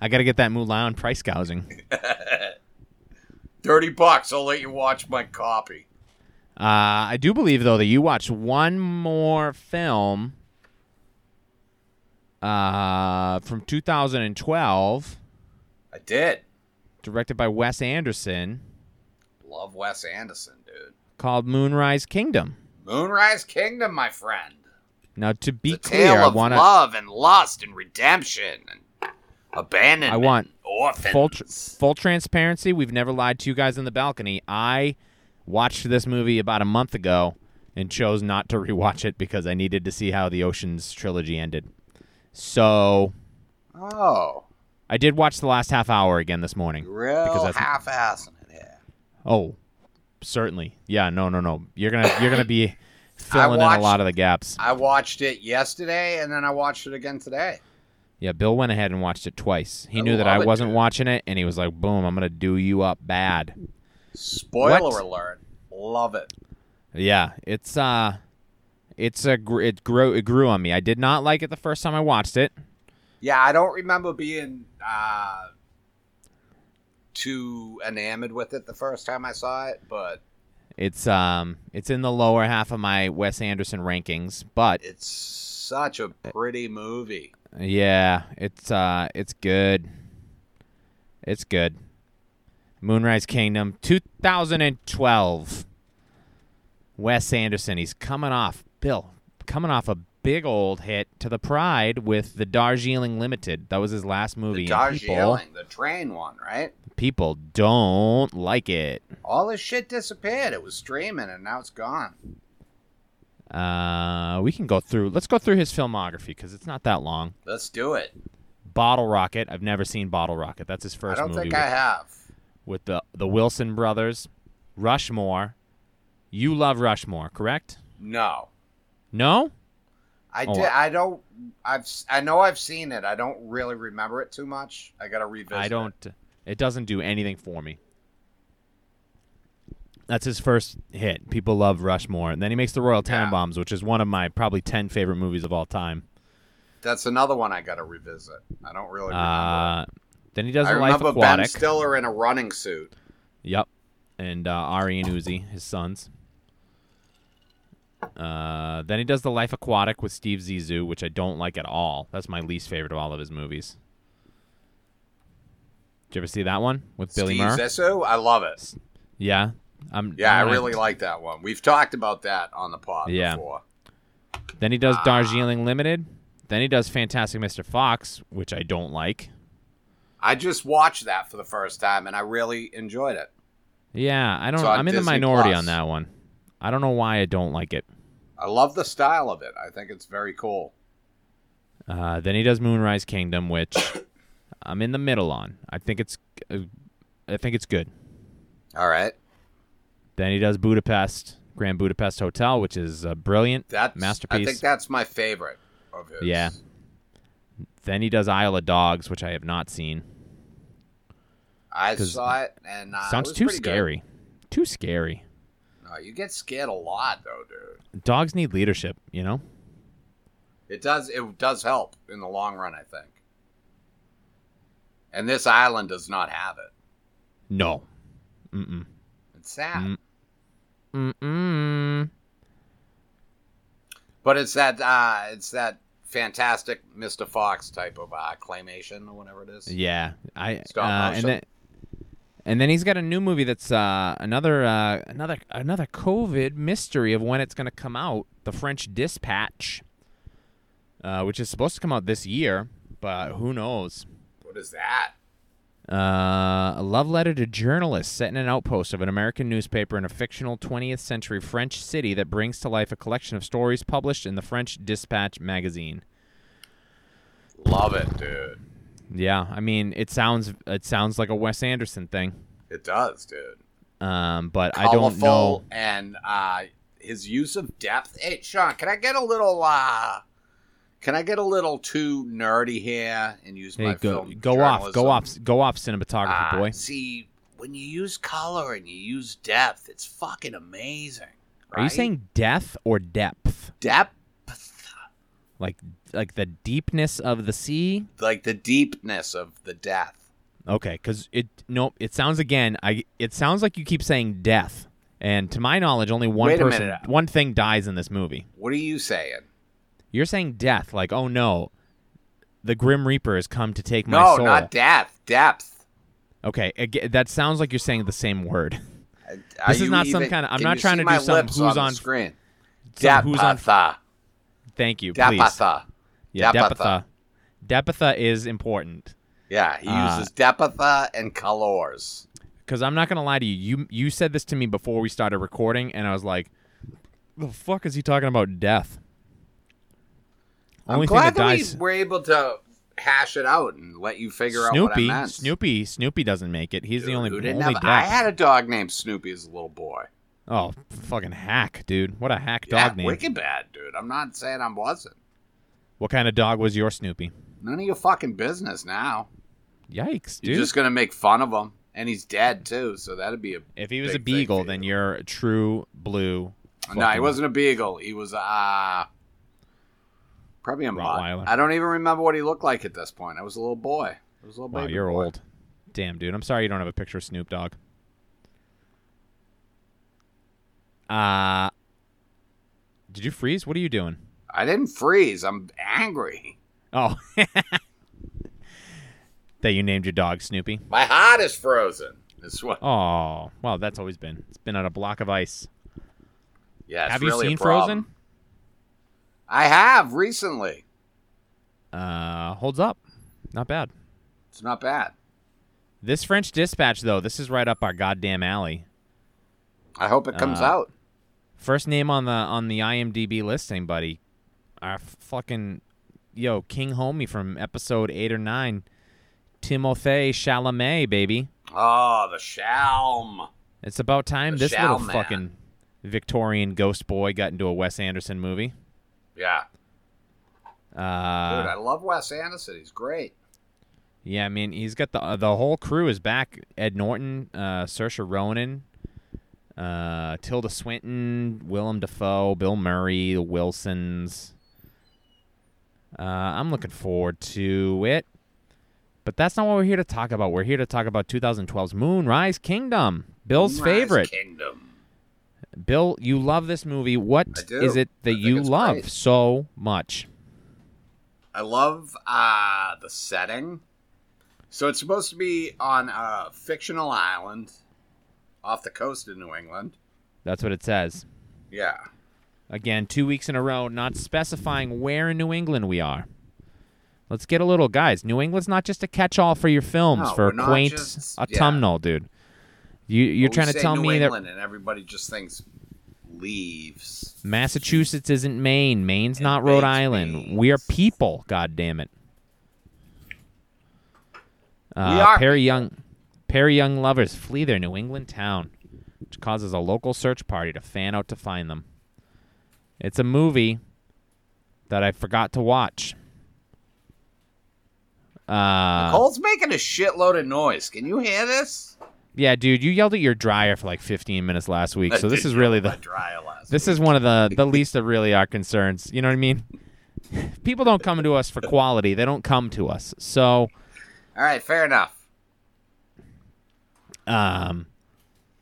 I got to get that Mulan price gouging.
Thirty bucks. I'll let you watch my copy.
Uh, I do believe though that you watched one more film uh, from 2012,
I did.
directed by Wes Anderson,
Love Wes Anderson, dude.
called Moonrise Kingdom.
Moonrise Kingdom, my friend.
Now, to be
The
clear,
tale
I
of
want to
love and lust and redemption and abandonment.
I want
orphans.
full tr- full transparency. We've never lied to you guys on the balcony. I watched this movie about a month ago and chose not to [laughs] rewatch it because I needed to see how the Ocean's trilogy ended. So
oh,
I did watch the last half hour again this morning. Because
real
that's-
half-assing it here.
Oh, certainly. Yeah. No. No. No. You're gonna you're
[coughs]
gonna be filling in a lot
watched-
of the gaps.
I watched it yesterday, and then I watched it again today.
Yeah. Bill went ahead and watched it twice. He
I
knew that I
love it,
wasn't
dude.
watching it, and he was like, "Boom! I'm gonna do you up bad."
Spoiler
What?
alert. Love it.
Yeah, it's uh, it's a gr- it grew it grew on me. I did not like it the first time I watched it.
Yeah, I don't remember being uh, too enamored with it the first time I saw it, but
It's um, it's in the lower half of my Wes Anderson rankings, but
it's such a pretty movie.
yeah, it's uh, it's good. It's good. Moonrise Kingdom, 2012. Wes Anderson, he's coming off Bill, coming off a big old hit to the Pride with the Darjeeling Limited. That was his last movie.
The
and people,
Darjeeling, the train one, right?
people don't like it.
All this shit disappeared. It was streaming, and now it's gone.
Uh, we can go through. Let's go through his filmography because it's not that long.
Let's do it.
Bottle Rocket. I've never seen Bottle Rocket. That's his
I
first
don't
movie
think
with,
I have.
with the the Wilson brothers. Rushmore. You love Rushmore, correct?
No,
No.
I
Oh,
did. I don't. I've. s- I know I've seen it. I don't really remember it too much. I gotta revisit.
I
it.
don't. It doesn't do anything for me. That's his first hit. People love Rushmore, and then he makes the Royal
Yeah.
Tenenbaums, which is one of my probably ten favorite movies of all time.
That's another one I gotta revisit. I don't really remember.
Uh, then he does
I
a Life
remember Ben
Aquatic.
Stiller in a running suit.
Yep. And uh, Ari and Uzi, his sons. Uh, then he does The Life Aquatic with Steve Zissou, which I don't like at all. That's my least favorite of all of his movies. Did you ever see that one with Billy
Steve
Murr?
Zissou, I love it.
yeah. I'm,
Yeah, I
I'm gonna-
really like that one. We've talked about that on the pod
Yeah.
before.
Then he
Ah.
does Darjeeling Limited. Then he does Fantastic Mr. Fox, which I don't like.
I just watched that for the first time and I really enjoyed it.
Yeah, I don't.
on
I'm in the
Disney
minority
Plus.
on that one. I don't know why I don't like it.
I love the style of it. I think it's very cool.
Uh, then he does Moonrise Kingdom, which [coughs] I'm in the middle on. I think it's, uh, I think it's good.
All right.
Then he does Budapest, Grand Budapest Hotel, which is uh, brilliant
That's I
masterpiece.
think that's my favorite of his.
Yeah. then he does Isle of Dogs, which I have not seen.
I
'Cause
saw it, and uh, it
Sounds
was
too
pretty good.
scary. Too scary.
No, you get scared a lot though, dude.
Dogs need leadership, you know?
It does. It does help in the long run, I think. And this island does not have it.
No. Mm-mm.
It's sad,
Mm. Mm-mm.
but it's that. Uh, it's that fantastic Mr. Fox type of uh, claymation or whatever it is.
Yeah, I
Stop
uh, and
motion.
then and then he's got a new movie that's uh, another uh, another another COVID mystery of when it's going to come out. The French Dispatch, uh, which is supposed to come out this year, but who knows?
What is that?
Uh, a love letter to journalists set in an outpost of an American newspaper in a fictional 20th century French city that brings to life a collection of stories published in the French Dispatch magazine.
Love it, dude.
Yeah, I mean, it sounds it sounds like a Wes Anderson thing.
It does, dude.
Um, but I
Colorful
don't know.
and uh, his use of depth. Hey, Sean, can I get a little? uh Can I get a little too nerdy here and use
Hey,
my
go
film
go off, go
journalism?
off, go off, cinematography
Ah,
boy.
See, when you use color and you use depth, it's fucking amazing.
Are you
right?
saying death or depth?
depth?
Like like the deepness of the sea?
Like the deepness of the death.
Okay, because it no, it sounds again. I it sounds like you keep saying death, and to my knowledge, only one
Wait a
person,
minute.
one thing dies in this movie.
What are you saying?
You're saying death, like oh no, the Grim Reaper has come to take my
no,
soul.
not depth. Depth.
okay, aga that sounds like you're saying the same word. [laughs]
Are
is
you
not some
even-
kinda- I'm
can
not
you
trying
see
to do
my
some
lips
who's
on,
on-
the screen.
So who's on?
Deptha.
Thank you, please.
Deptha.
Yeah,
Depatha.
Depatha. Depatha is important
Yeah, he
Uh,
uses deptha and colors.
because I'm not gonna lie to you. You you said this to me before we started recording, and I was like, "The fuck is he talking about death?"
I'm glad that, we were able to hash it out and let you figure out what I
Snoopy.
meant.
Snoopy. Snoopy doesn't make it. He's the
Dude,
only
who didn't
only
have-
death.
I had a dog named Snoopy as a little boy.
oh, fucking hack, dude! What a hack
yeah,
dog name.
wicked bad, dude. I'm not saying I wasn't.
What kind of dog was your Snoopy?
None of your fucking business now.
Yikes, dude!
You're just gonna make fun of him, and he's dead too. So that'd be a
if he was a
big thing
beagle,
for
then
you.
you're a true blue.
no. He
fucking-
wasn't a beagle. He was uh probably a mutt.
Rottweiler.
I don't even remember what he looked like at this point. I was a little boy. I was a little
Wow,
baby
you're
boy.
old. Damn, dude. I'm sorry you don't have a picture of Snoop Dogg. Uh Did you freeze? What are you doing?
I didn't freeze. I'm angry.
Oh. [laughs] that you named your dog Snoopy.
My heart is frozen. This one.
Oh, well, that's always been. It's been on a block of ice.
Yeah. it's
have
really
you
a
seen
problem.
Frozen?
I have recently.
Uh, holds up. Not bad.
It's not bad.
This French Dispatch though, this is right up our goddamn alley.
I hope it comes
Uh,
out.
First name on the on the IMDb listing, buddy. Our f- fucking yo King Homie from episode eight or nine, Timothée Chalamet, baby.
Oh, the Shalm.
It's about time
The
this little
Chalamet.
fucking Victorian ghost boy got into a Wes Anderson movie.
Yeah. Dude, I
Uh,
love Wes Anderson. He's great.
yeah, I mean he's got the uh, the whole crew is back. Ed Norton, uh, Saoirse Ronan, uh, Tilda Swinton, Willem Dafoe, Bill Murray, the Wilsons. Uh, I'm looking forward to it. But that's not what we're here to talk about. We're here to talk about 2012's Moonrise Kingdom, Bill's
Moonrise
favorite.
Kingdom.
Bill, you love this movie. What
I
is
do.
it that
I think
you
it's
love
great.
so much?
I love uh, the setting. So it's supposed to be on a fictional island off the coast of New England.
That's what it says.
Yeah.
Again, two weeks in a row, not specifying where in New England we are. Let's get a little, guys. New England's not just a catch-all for your films
No,
for
we're not
quaint
just- yeah.
autumnal, dude. You you're
But we
trying to
say
tell
New
me
England and everybody just thinks leaves.
that Massachusetts isn't Maine, Maine's
And
not Rhode
Maine's
Island.
Maine.
We are people, god damn it. Uh,
are
Perry Young, Perry Young lovers flee their New England town, which causes a local search party to fan out to find them. It's a movie that I forgot to watch. Uh,
Cole's making a shitload of noise. Can you hear this?
yeah, dude, you yelled at your dryer for like 15 minutes last week, so this is really the
dryer last.
this is one of the the least of really our concerns. You know what I mean? [laughs] People don't come to us for quality; they don't come to us. So,
All right, fair enough.
um,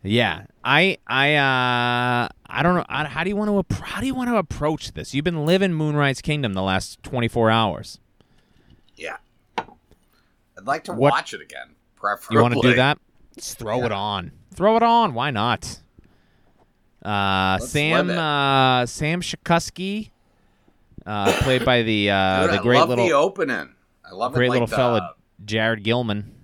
yeah, I I uh I don't know I, how do you want to appro- how do you want to approach this? You've been living Moonrise Kingdom the last 24 hours.
Yeah, I'd like to
What-
watch it again. Preferably.
You want to do that? Just throw it on. Throw it on. Why not? Uh,
Let's
Sam
live it.
uh, Sam Shakusky, uh, played by the uh,
Dude,
the
I
great
love the
little
opening. I love
great
it, like
little
the,
fella Jared Gilman.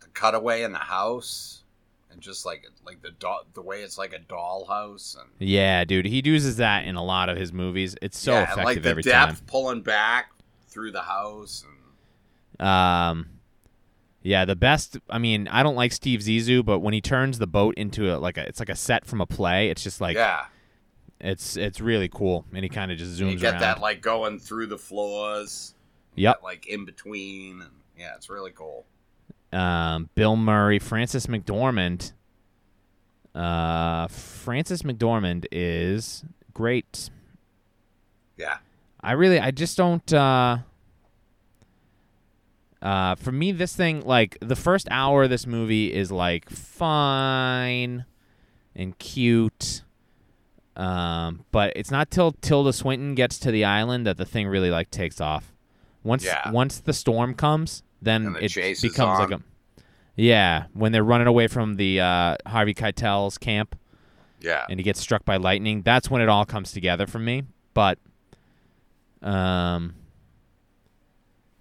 the cutaway in the house, and just like like the doll, the way it's like a dollhouse, and
Yeah, dude, he uses that in a lot of his movies. It's so
yeah, and,
effective
like the
every
depth pulling back through the house, and
time. Um, yeah, the best. I mean, I don't like Steve Zissou, but when he turns the boat into a, like a, it's like a set from a play. It's just like
yeah,
it's it's really cool, and he kind of just zooms
you get
around.
that like going through the floors,
Yep.
that, like in between, and yeah, it's really cool.
um, Bill Murray, Francis McDormand. Uh, Francis McDormand is great.
Yeah,
I really, I just don't. Uh, uh, for me, this thing, like the first hour of this movie is like fine and cute. Um, but it's not till Tilda Swinton gets to the island that the thing really like takes off. Once
Yeah.
once the storm comes, then
And the
Mm, it
chase is
becomes like a
on.
yeah. When they're running away from the uh, Harvey Keitel's camp,
yeah,
and he gets struck by lightning. That's when it all comes together for me. But, um,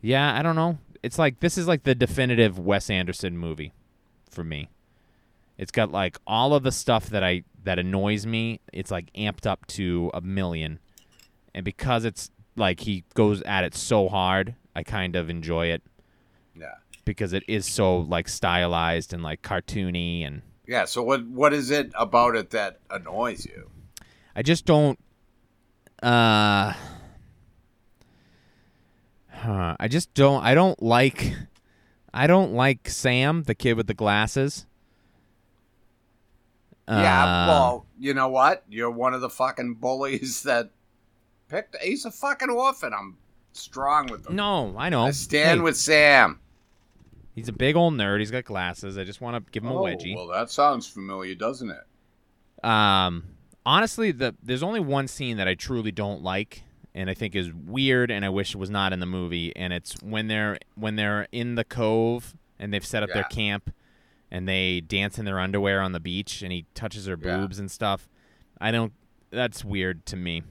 yeah, I don't know. It's like this is like the definitive Wes Anderson movie for me. It's got like all of the stuff that I that annoys me. It's like amped up to a million, and because it's like he goes at it so hard, I kind of enjoy it
yeah.
because it is so like stylized and like cartoony and
Yeah. So what what is it about it that annoys you?
I just don't. Uh, huh, I just don't. I don't like. I don't like Sam, the kid with the glasses.
yeah.
Uh,
Well, you know what? You're one of the fucking bullies [laughs] that picked. He's a fucking orphan. I'm strong with him.
Um, No, I know.
I stand
Hey,
with Sam.
He's a big old nerd. He's got glasses. I just want to give him a wedgie.
Oh, well, that sounds familiar, doesn't it?
Um, honestly, the there's only one scene that I truly don't like, and I think is weird, and I wish it was not in the movie. And it's when they're when they're in the cove and they've set up their
Yeah.
camp, and they dance in their underwear on the beach, and he touches her
Yeah.
boobs and stuff. I don't. That's weird to me.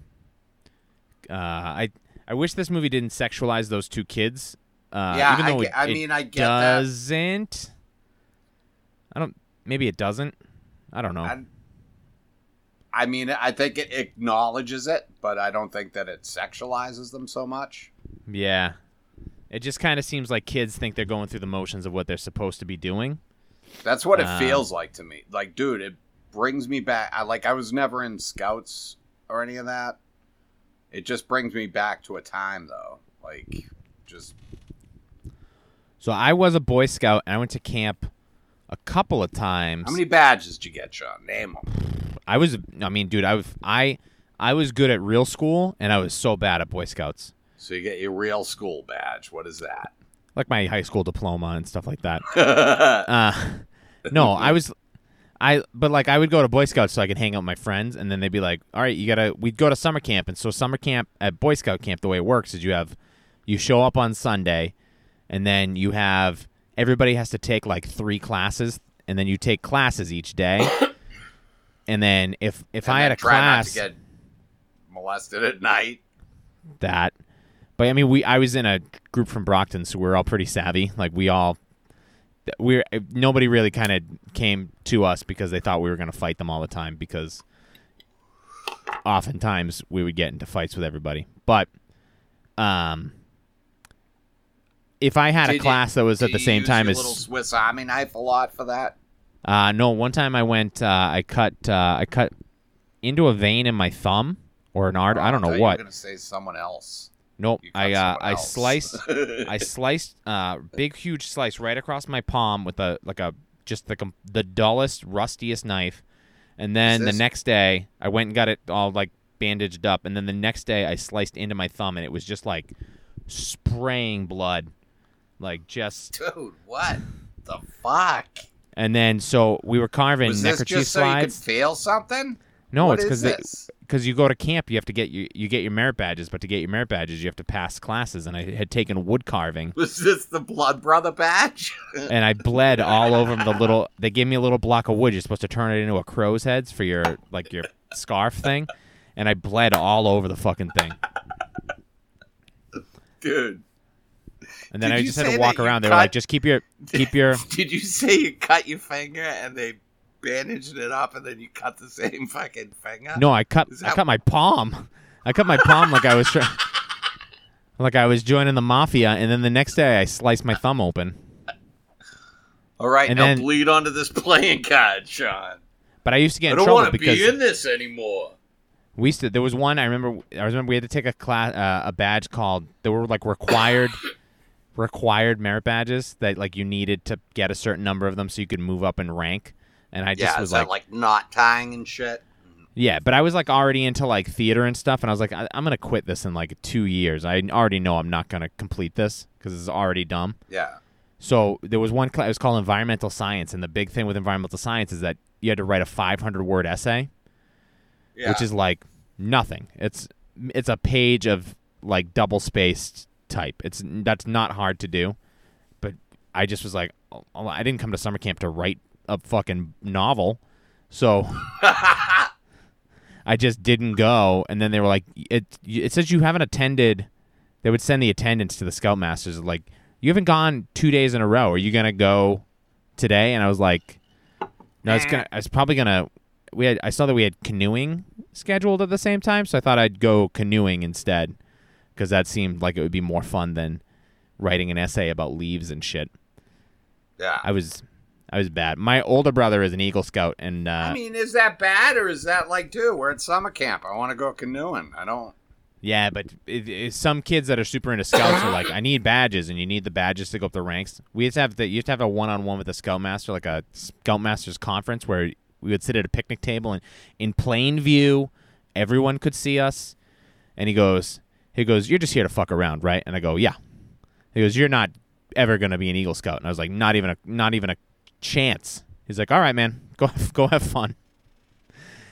Uh, I I wish this movie didn't sexualize those two kids. Uh,
yeah.
even
I,
though
ge-
it,
I
it
mean, I get that.
doesn't. I don't. Maybe it doesn't. I don't know.
I, I mean, I think it acknowledges it, but I don't think that it sexualizes them so much.
Yeah. It just kind of seems like kids think they're going through the motions of what they're supposed to be doing.
That's what it
Um,
feels like to me. Like, dude, it brings me back. I like I was never in scouts or any of that. It just brings me back to a time though. Like just
So I was a Boy Scout and I went to camp a couple of times.
how many badges did you get, Sean? Name them.
I was I mean, dude, I was I I was good at real school and I was so bad at Boy Scouts.
So you get your real school badge. What is that? [laughs]
Like my high school diploma and stuff like that.
yeah,
Uh [laughs] no, I was I but like I would go to Boy Scouts so I could hang out with my friends and then they'd be like, "All right, you got to we'd go to summer camp." And so summer camp at Boy Scout camp the way it works is you have you show up on Sunday and then you have everybody has to take like 3 classes and then you take classes each day. [coughs] and then if if I had a
try
class
not to get molested at night.
that. But I mean, we I was in a group from Brockton, so we are all pretty savvy. Like we all, we nobody really kind of came to us because they thought we were going to fight them all the time because oftentimes we would get into fights with everybody. But um, if I had
Did
a
you-
class that was
Do
at the
you
same
use
time
your
as
little Swiss Army knife a lot for that?
uh, no, one time I went, uh, I cut, uh, I cut into a vein in my thumb or an art. I don't
Oh, thought
know
you were
what.
gonna say someone else.
Nope.
You cut
I uh,
someone
I
else.
sliced I sliced uh big huge slice right across my palm with a like a just the com- the dullest rustiest knife. And then the
this-
next day I went and got it all like bandaged up and then the next day I sliced into my thumb and it was just like spraying blood. Like just
[laughs] Dude, what the fuck?
and then so we were carving
Was this
neckerchief
just so you could
slides.
feel something?
no,
What
it's
is
cuz
this? [laughs]
because you go to camp, you have to get you you get your merit badges, but to get your merit badges, you have to pass classes. And I had taken wood carving,
Was this the blood brother badge? [laughs]
and I bled all over the little. They gave me a little block of wood. You're supposed to turn it into a crow's heads for your like your scarf thing, and I bled all over the fucking thing.
Dude,
And then
Did
I
you
just had
say
to walk
that you
around. They were like,
cut-
just keep your
[laughs]
keep your.
did you say you cut your finger and they bandaged it up and then you cut the same [laughs] fucking finger?
No, I cut
Is
I
that-
cut my palm. I cut my palm like I was trying. Like I was joining the mafia, and then the next day I sliced my thumb open.
All right,
and
now
then-
bleed onto this [laughs] playing card, Sean.
But I used to get
I
in
don't
trouble
want to
because
be in this anymore.
We used to. There was one I remember. I remember we had to take a class, uh, a badge called. There were like required, [coughs] required merit badges that like you needed to get a certain number of them so you could move up in rank. And I just
yeah, is
was
that
like,
like knot tying and shit?
yeah, but I was like already into like theater and stuff, and I was like, I- I'm gonna quit this in like two years. I already know I'm not gonna complete this because it's already dumb.
Yeah.
So there was one class. It was called environmental science, and the big thing with environmental science is that you had to write a 500 word essay.
Yeah.
which is like nothing. It's it's a page of like double spaced type. It's that's not hard to do, but I just was like, oh, oh, I didn't come to summer camp to write a fucking novel, so I just didn't go. And then they were like, it it says you haven't attended. They would send the attendance to the scoutmasters like you haven't gone two days in a row. Are you gonna go today? And I was like, no, it's gonna. I was probably gonna. We had. I saw that we had canoeing scheduled at the same time, so I thought I'd go canoeing instead, because that seemed like it would be more fun than writing an essay about leaves and shit.
[laughs] yeah.
I was, I was bad. My older brother is an Eagle Scout, and uh,
I mean, is that bad or is that like, dude, we're at summer camp. I want to go canoeing. I don't.
yeah, but it, it, some kids that are super into scouts are like, I need badges, and you need the badges to go up the ranks. We used to have the, you used to have a one-on-one with a scoutmaster, like a scoutmasters conference where we would sit at a picnic table and in plain view, everyone could see us. And he goes, he goes, you're just here to fuck around, right? And I go, yeah. He goes, you're not ever gonna be an Eagle Scout. And I was like, not even a, not even a chance. He's like, all right, man, go, [laughs] go have fun.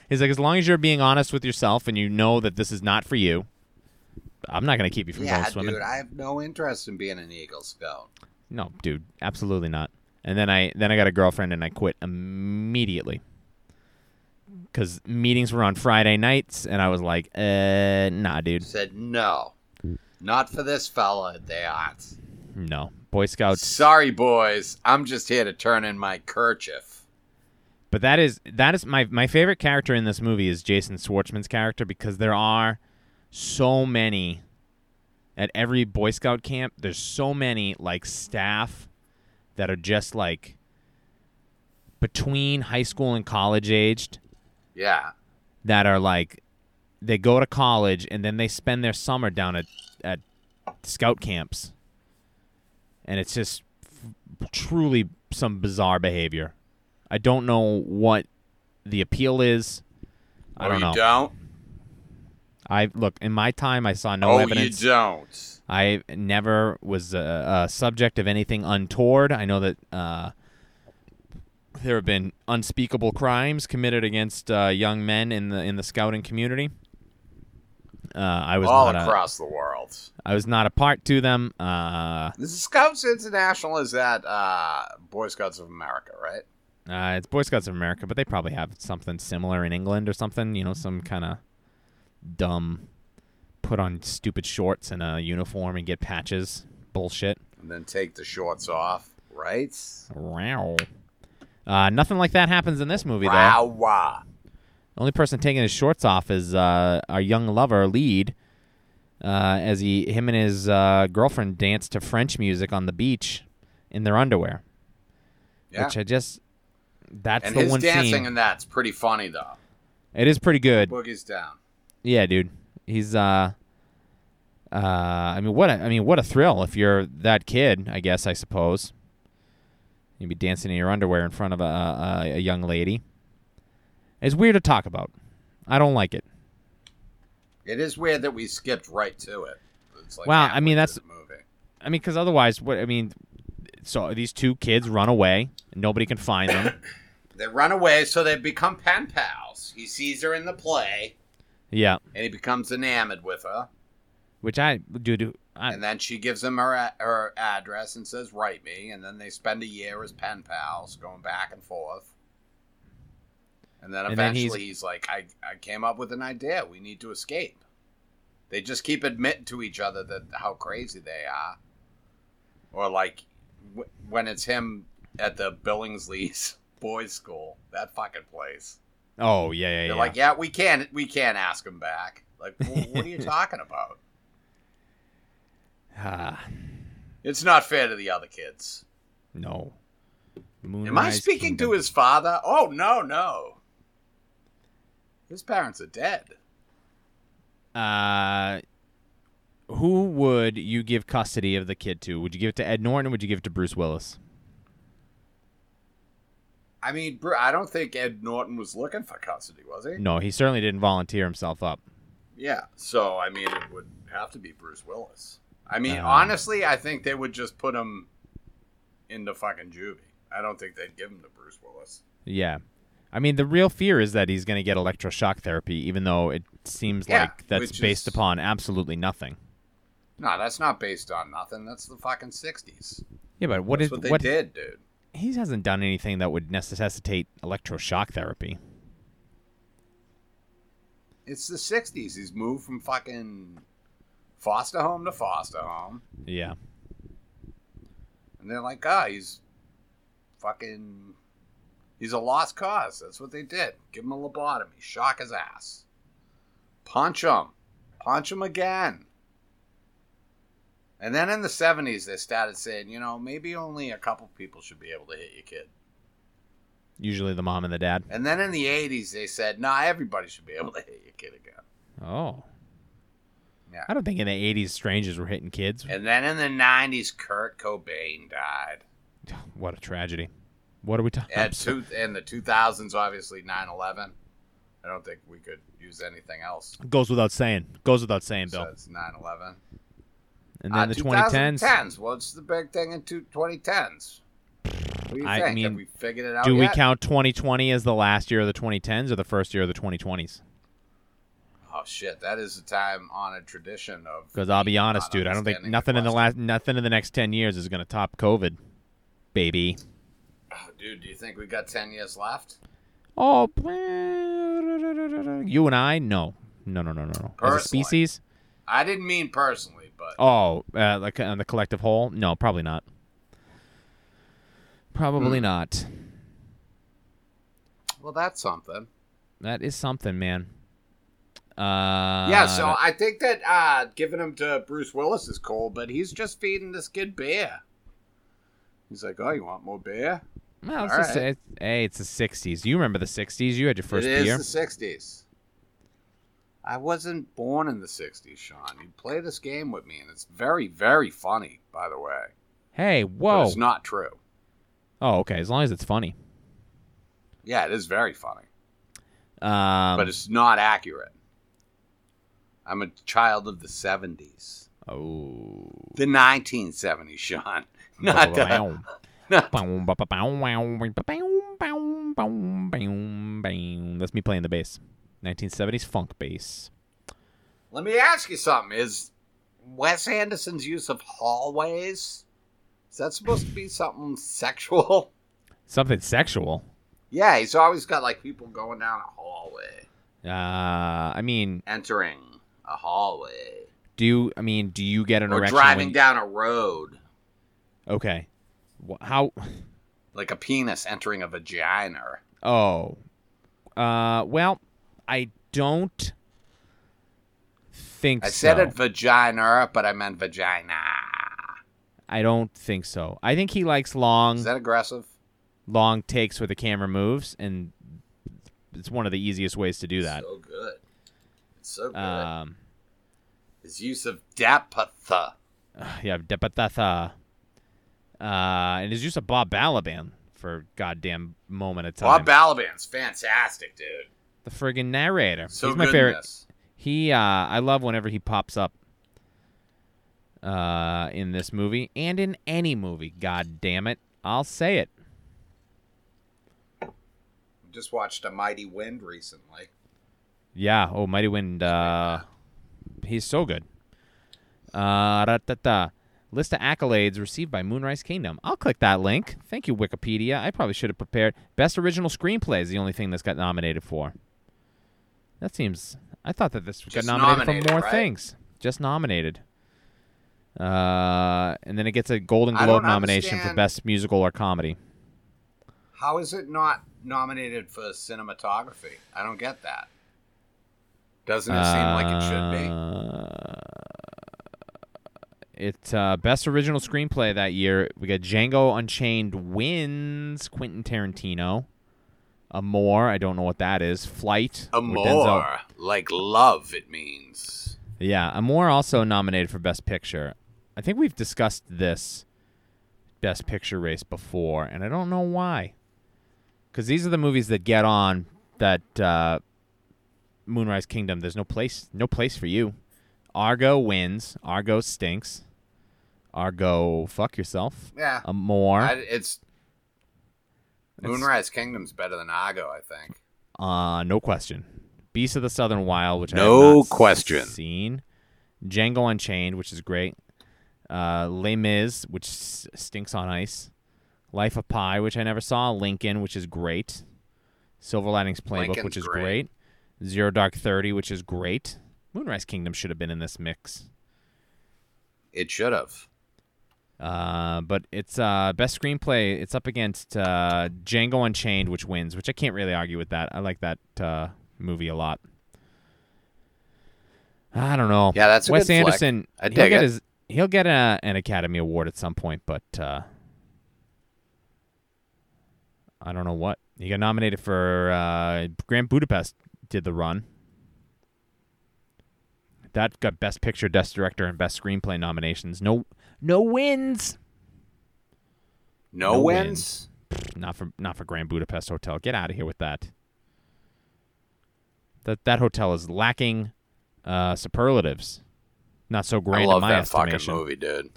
He's like, as long as you're being honest with yourself and you know that this is not for you, I'm not gonna keep you from
Yeah,
going swimming.
dude, I have no interest in being an Eagle Scout.
No, dude, absolutely not. And then I then I got a girlfriend and I quit immediately. Cause meetings were on Friday nights and I was like, uh, nah, dude,
Said no,
Mm.
not for this fella. They aren't.
no. Boy Scouts.
Sorry, boys. I'm just here to turn in my kerchief.
But that is that is my my favorite character in this movie is Jason Schwartzman's character because there are so many at every Boy Scout camp. There's so many like staff that are just like between high school and college aged
Yeah.
that are like they go to college and then they spend their summer down at at scout camps and it's just f- truly some bizarre behavior i don't know what the appeal is i
Oh,
don't
you
know
Don't.
i look in my time i saw no
oh,
evidence
you don't.
i never was a, a subject of anything untoward i know that uh there have been unspeakable crimes committed against uh, young men in the in the scouting community. Uh, I was
All
not a-
across the world.
I was not a part to them. Uh,
The Scouts International is that uh, Boy Scouts of America, right?
uh, it's Boy Scouts of America, but they probably have something similar in England or something. You know, some kind of dumb put on stupid shorts and a uniform and get patches bullshit.
And then take the shorts off, right?
Wow. Uh, nothing like that happens in this movie, though.
Wow, wow.
Only person taking his shorts off is uh, our young lover lead, uh, as he him and his uh, girlfriend dance to French music on the beach in their underwear.
Yeah.
Which I just that's
and
the
his
one
dancing
scene.
in that's pretty funny though.
it is pretty good.
Boogie's down.
Yeah, dude. He's uh Uh, I mean, what a, I mean, what a thrill if you're that kid. I guess I suppose you'd be dancing in your underwear in front of a, a, a young lady. It's weird to talk about. I don't like it.
It is weird that we skipped right to it. It's like
Wow, I
halfway
mean,
through
that's-
the movie.
I mean, because otherwise, what I mean, so these two kids run away. Nobody can
[coughs]
find them.
They run away, so they become pen pals. He sees her in the play,
yeah,
and he becomes enamored with her.
which I do do. I,
And then she gives him her a- her address and says, "Write me." And then they spend a year as pen pals, going back and forth. And then
And then
eventually,
he's-
he's... like, "I I came up with an idea. We need to escape." They just keep admitting to each other that how crazy they are, or like w- when it's him at the Billingsley's [laughs] boys' school, that fucking place.
oh yeah, yeah,
They're
yeah.
like, "Yeah, we can't we can't ask him back." Like, "Wh- what are
[laughs]
you talking about?
Ah,
It's not fair to the other kids.
no.
Am I
Moonrise
speaking
Kingdom.
to his father? Oh no, no. His parents are dead.
Uh, who would you give custody of the kid to? Would you give it to Ed Norton or would you give it to Bruce Willis?
I mean, Bru- I don't think Ed Norton was looking for custody, was he?
No, he certainly didn't volunteer himself up.
Yeah. So I mean, it would have to be Bruce Willis. I mean,
Uh-huh.
honestly, I think they would just put him into fucking juvie. I don't think they'd give him to Bruce Willis.
Yeah. I mean, the real fear is that he's going to get electroshock therapy, even though it seems
Yeah,
like that's
which
based
is-
upon absolutely nothing.
No, that's not based on nothing. That's the fucking sixties.
Yeah, but what
That's
is
what they
what
did, dude.
he hasn't done anything that would necessitate electroshock therapy.
It's the sixties. He's moved from fucking foster home to foster home.
Yeah.
And they're like, ah, he's fucking. He's a lost cause. That's what they did. Give him a lobotomy. Shock his ass. Punch him. Punch him again. And then in the 70s, they started saying, you know, maybe only a couple people should be able to hit your kid.
Usually the mom and the dad.
And then in the 80s, they said, nah, everybody should be able to hit your kid again.
Oh.
Yeah.
I don't think in the 80s strangers were hitting kids. [sighs]
And then in the 90s, Kurt Cobain died.
What a tragedy. What are we talking
at two in the 2000s obviously 9-11 i don't think we could use anything else
Goes without saying. Goes without saying, Bill.
since 9-11
And then
Uh,
the 2010s.
2010s what's the big thing in two- 2010s what do you
I
think
mean,
have we figured it out
Do we
yet?
count 2020 as the last year of the 2010s or the first year of the 2020s?
oh shit that is a time-honored tradition of
Because I'll be
not
honest, dude, I don't think
understanding
nothing in the
question.
last, nothing in the next 10 years is going to top COVID, baby.
Oh, dude do you think we got 10 years left
Oh, you and I, no, no, no, no, no, no. As a
Personally.
species,
i didn't mean personally but
oh, uh, like on the collective whole, no, probably not. Probably
Hmm.
not.
well that's something
That is something, man. Uh,
yeah so i think that uh giving him to bruce willis is cool but he's just feeding this kid beer he's like oh you want more beer
Well, it's
All
just,
right.
it's, hey, it's the '60s. You remember the '60s? You had your first
It is
beer.
the '60s. I wasn't born in the '60s, Sean. You play this game with me, and it's very, very funny, by the way.
Hey,
But
whoa!
it's not true.
oh, okay. As long as it's funny.
Yeah, it is very funny,
Um,
but it's not accurate. I'm a child of the '70s,
oh.
the 1970s, Sean. [laughs] Not the, [laughs] not
That's me playing the bass. 1970s funk bass.
Let me ask you something: Is Wes Anderson's use of hallways is that supposed to be something sexual? [laughs]
Something sexual.
Yeah, he's always got like people going down a hallway.
Uh, I mean,
entering a hallway
do you, I mean, do you get an
or
erection?
driving
when-
down a road
Okay. Wh- How?
like a penis entering a vagina.
Oh. Uh. Well, I don't think
I
so.
said it vagina, but I meant vagina.
I don't think so. I think he likes long.
Is that aggressive?
long takes where the camera moves, and it's one of the easiest ways to do that. Uh,
So good. It's so good.
Um,
His use of Dapatha.
[sighs] yeah, Depathatha. Uh, and his use of Bob Balaban for a goddamn moment of time.
Bob Balaban's fantastic, dude.
the friggin' narrator.
So
He's
good
my
in
favorite.
this.
He, uh, I love whenever he pops up uh, in this movie and in any movie. God damn it, I'll say it.
Just watched A Mighty Wind recently.
Yeah. Oh, Mighty Wind. Uh, he's so good. Uh, ra-ta-ta. List of accolades received by Moonrise Kingdom. I'll click that link. Thank you, Wikipedia. I probably should have prepared. Best original screenplay is the only thing that's got nominated for. That seems. I thought that this got
Just
nominated,
nominated,
for more
right?
things. Just nominated. Uh, and then it gets a Golden
I
Globe
don't
nomination for
understand-
best musical or comedy.
How is it not nominated for cinematography? I don't get that. Doesn't it seem like it
Uh,
should be?
It uh, best original screenplay that year. We got Django Unchained wins Quentin Tarantino. Amore, I don't know what that is. Flight. where Denzel-
Amor, like love, it means.
yeah, Amore also nominated for Best Picture. I think we've discussed this Best Picture race before, and I don't know why. Because these are the movies that get on that uh, Moonrise Kingdom. There's no place, no place for you. Argo wins. Argo stinks. Argo, fuck yourself.
Yeah,
Amore.
I, it's Moonrise Kingdom's better than Argo, I think.
Uh, no question. Beast of the Southern Wild, which I have
No
not
question.
seen. Django Unchained, which is great. Uh, Les Mis, which s- stinks on ice. Life of Pi, which I never saw. Lincoln, which is great. Silver Linings Playbook,
Lincoln's
which is
great.
great. Zero Dark Thirty, which is great. Moonrise Kingdom should have been in this mix.
It should have.
Uh, but it's uh, best screenplay. It's up against uh, Django Unchained, which wins, which I can't really argue with that. I like that uh, movie a lot. I don't know.
Yeah, that's a
Wes
good flick.
Anderson.
I
he'll
dig it.
get his. He'll get a, an Academy Award at some point, but uh, I don't know what. He got nominated for uh, Grand Budapest. Did the run. That got Best Picture, Best Director, and Best Screenplay nominations. No, no wins.
No,
No
wins.
wins. Not for not for Grand Budapest Hotel. Get out of here with that. That that hotel is lacking uh, superlatives. Not so grand
I love
in my
that fucking
estimation.
movie, dude.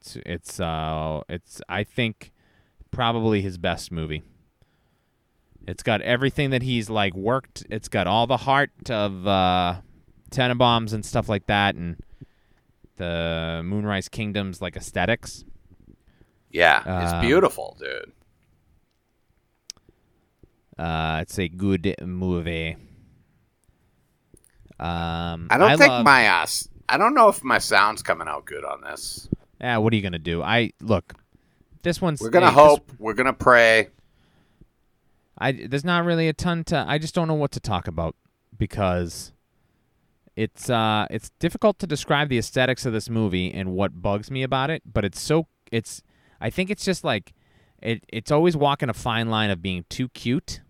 It's it's, uh, it's I think probably his best movie. It's got everything that he's like worked. It's got all the heart of uh, Tenenbaums and stuff like that, and the Moonrise Kingdom's like aesthetics.
Yeah,
Um,
it's beautiful, dude.
Uh, it's a good movie. Um,
I don't think
love-
my ass. I don't know if my sound's coming out good on this.
Yeah, what are you gonna do? I look. This one's.
We're gonna
eh, this-
hope. We're gonna pray.
I there's not really a ton to. I just don't know what to talk about because it's uh it's difficult to describe the aesthetics of this movie and what bugs me about it. But it's so it's. I think it's just like it. It's always walking a fine line of being too cute,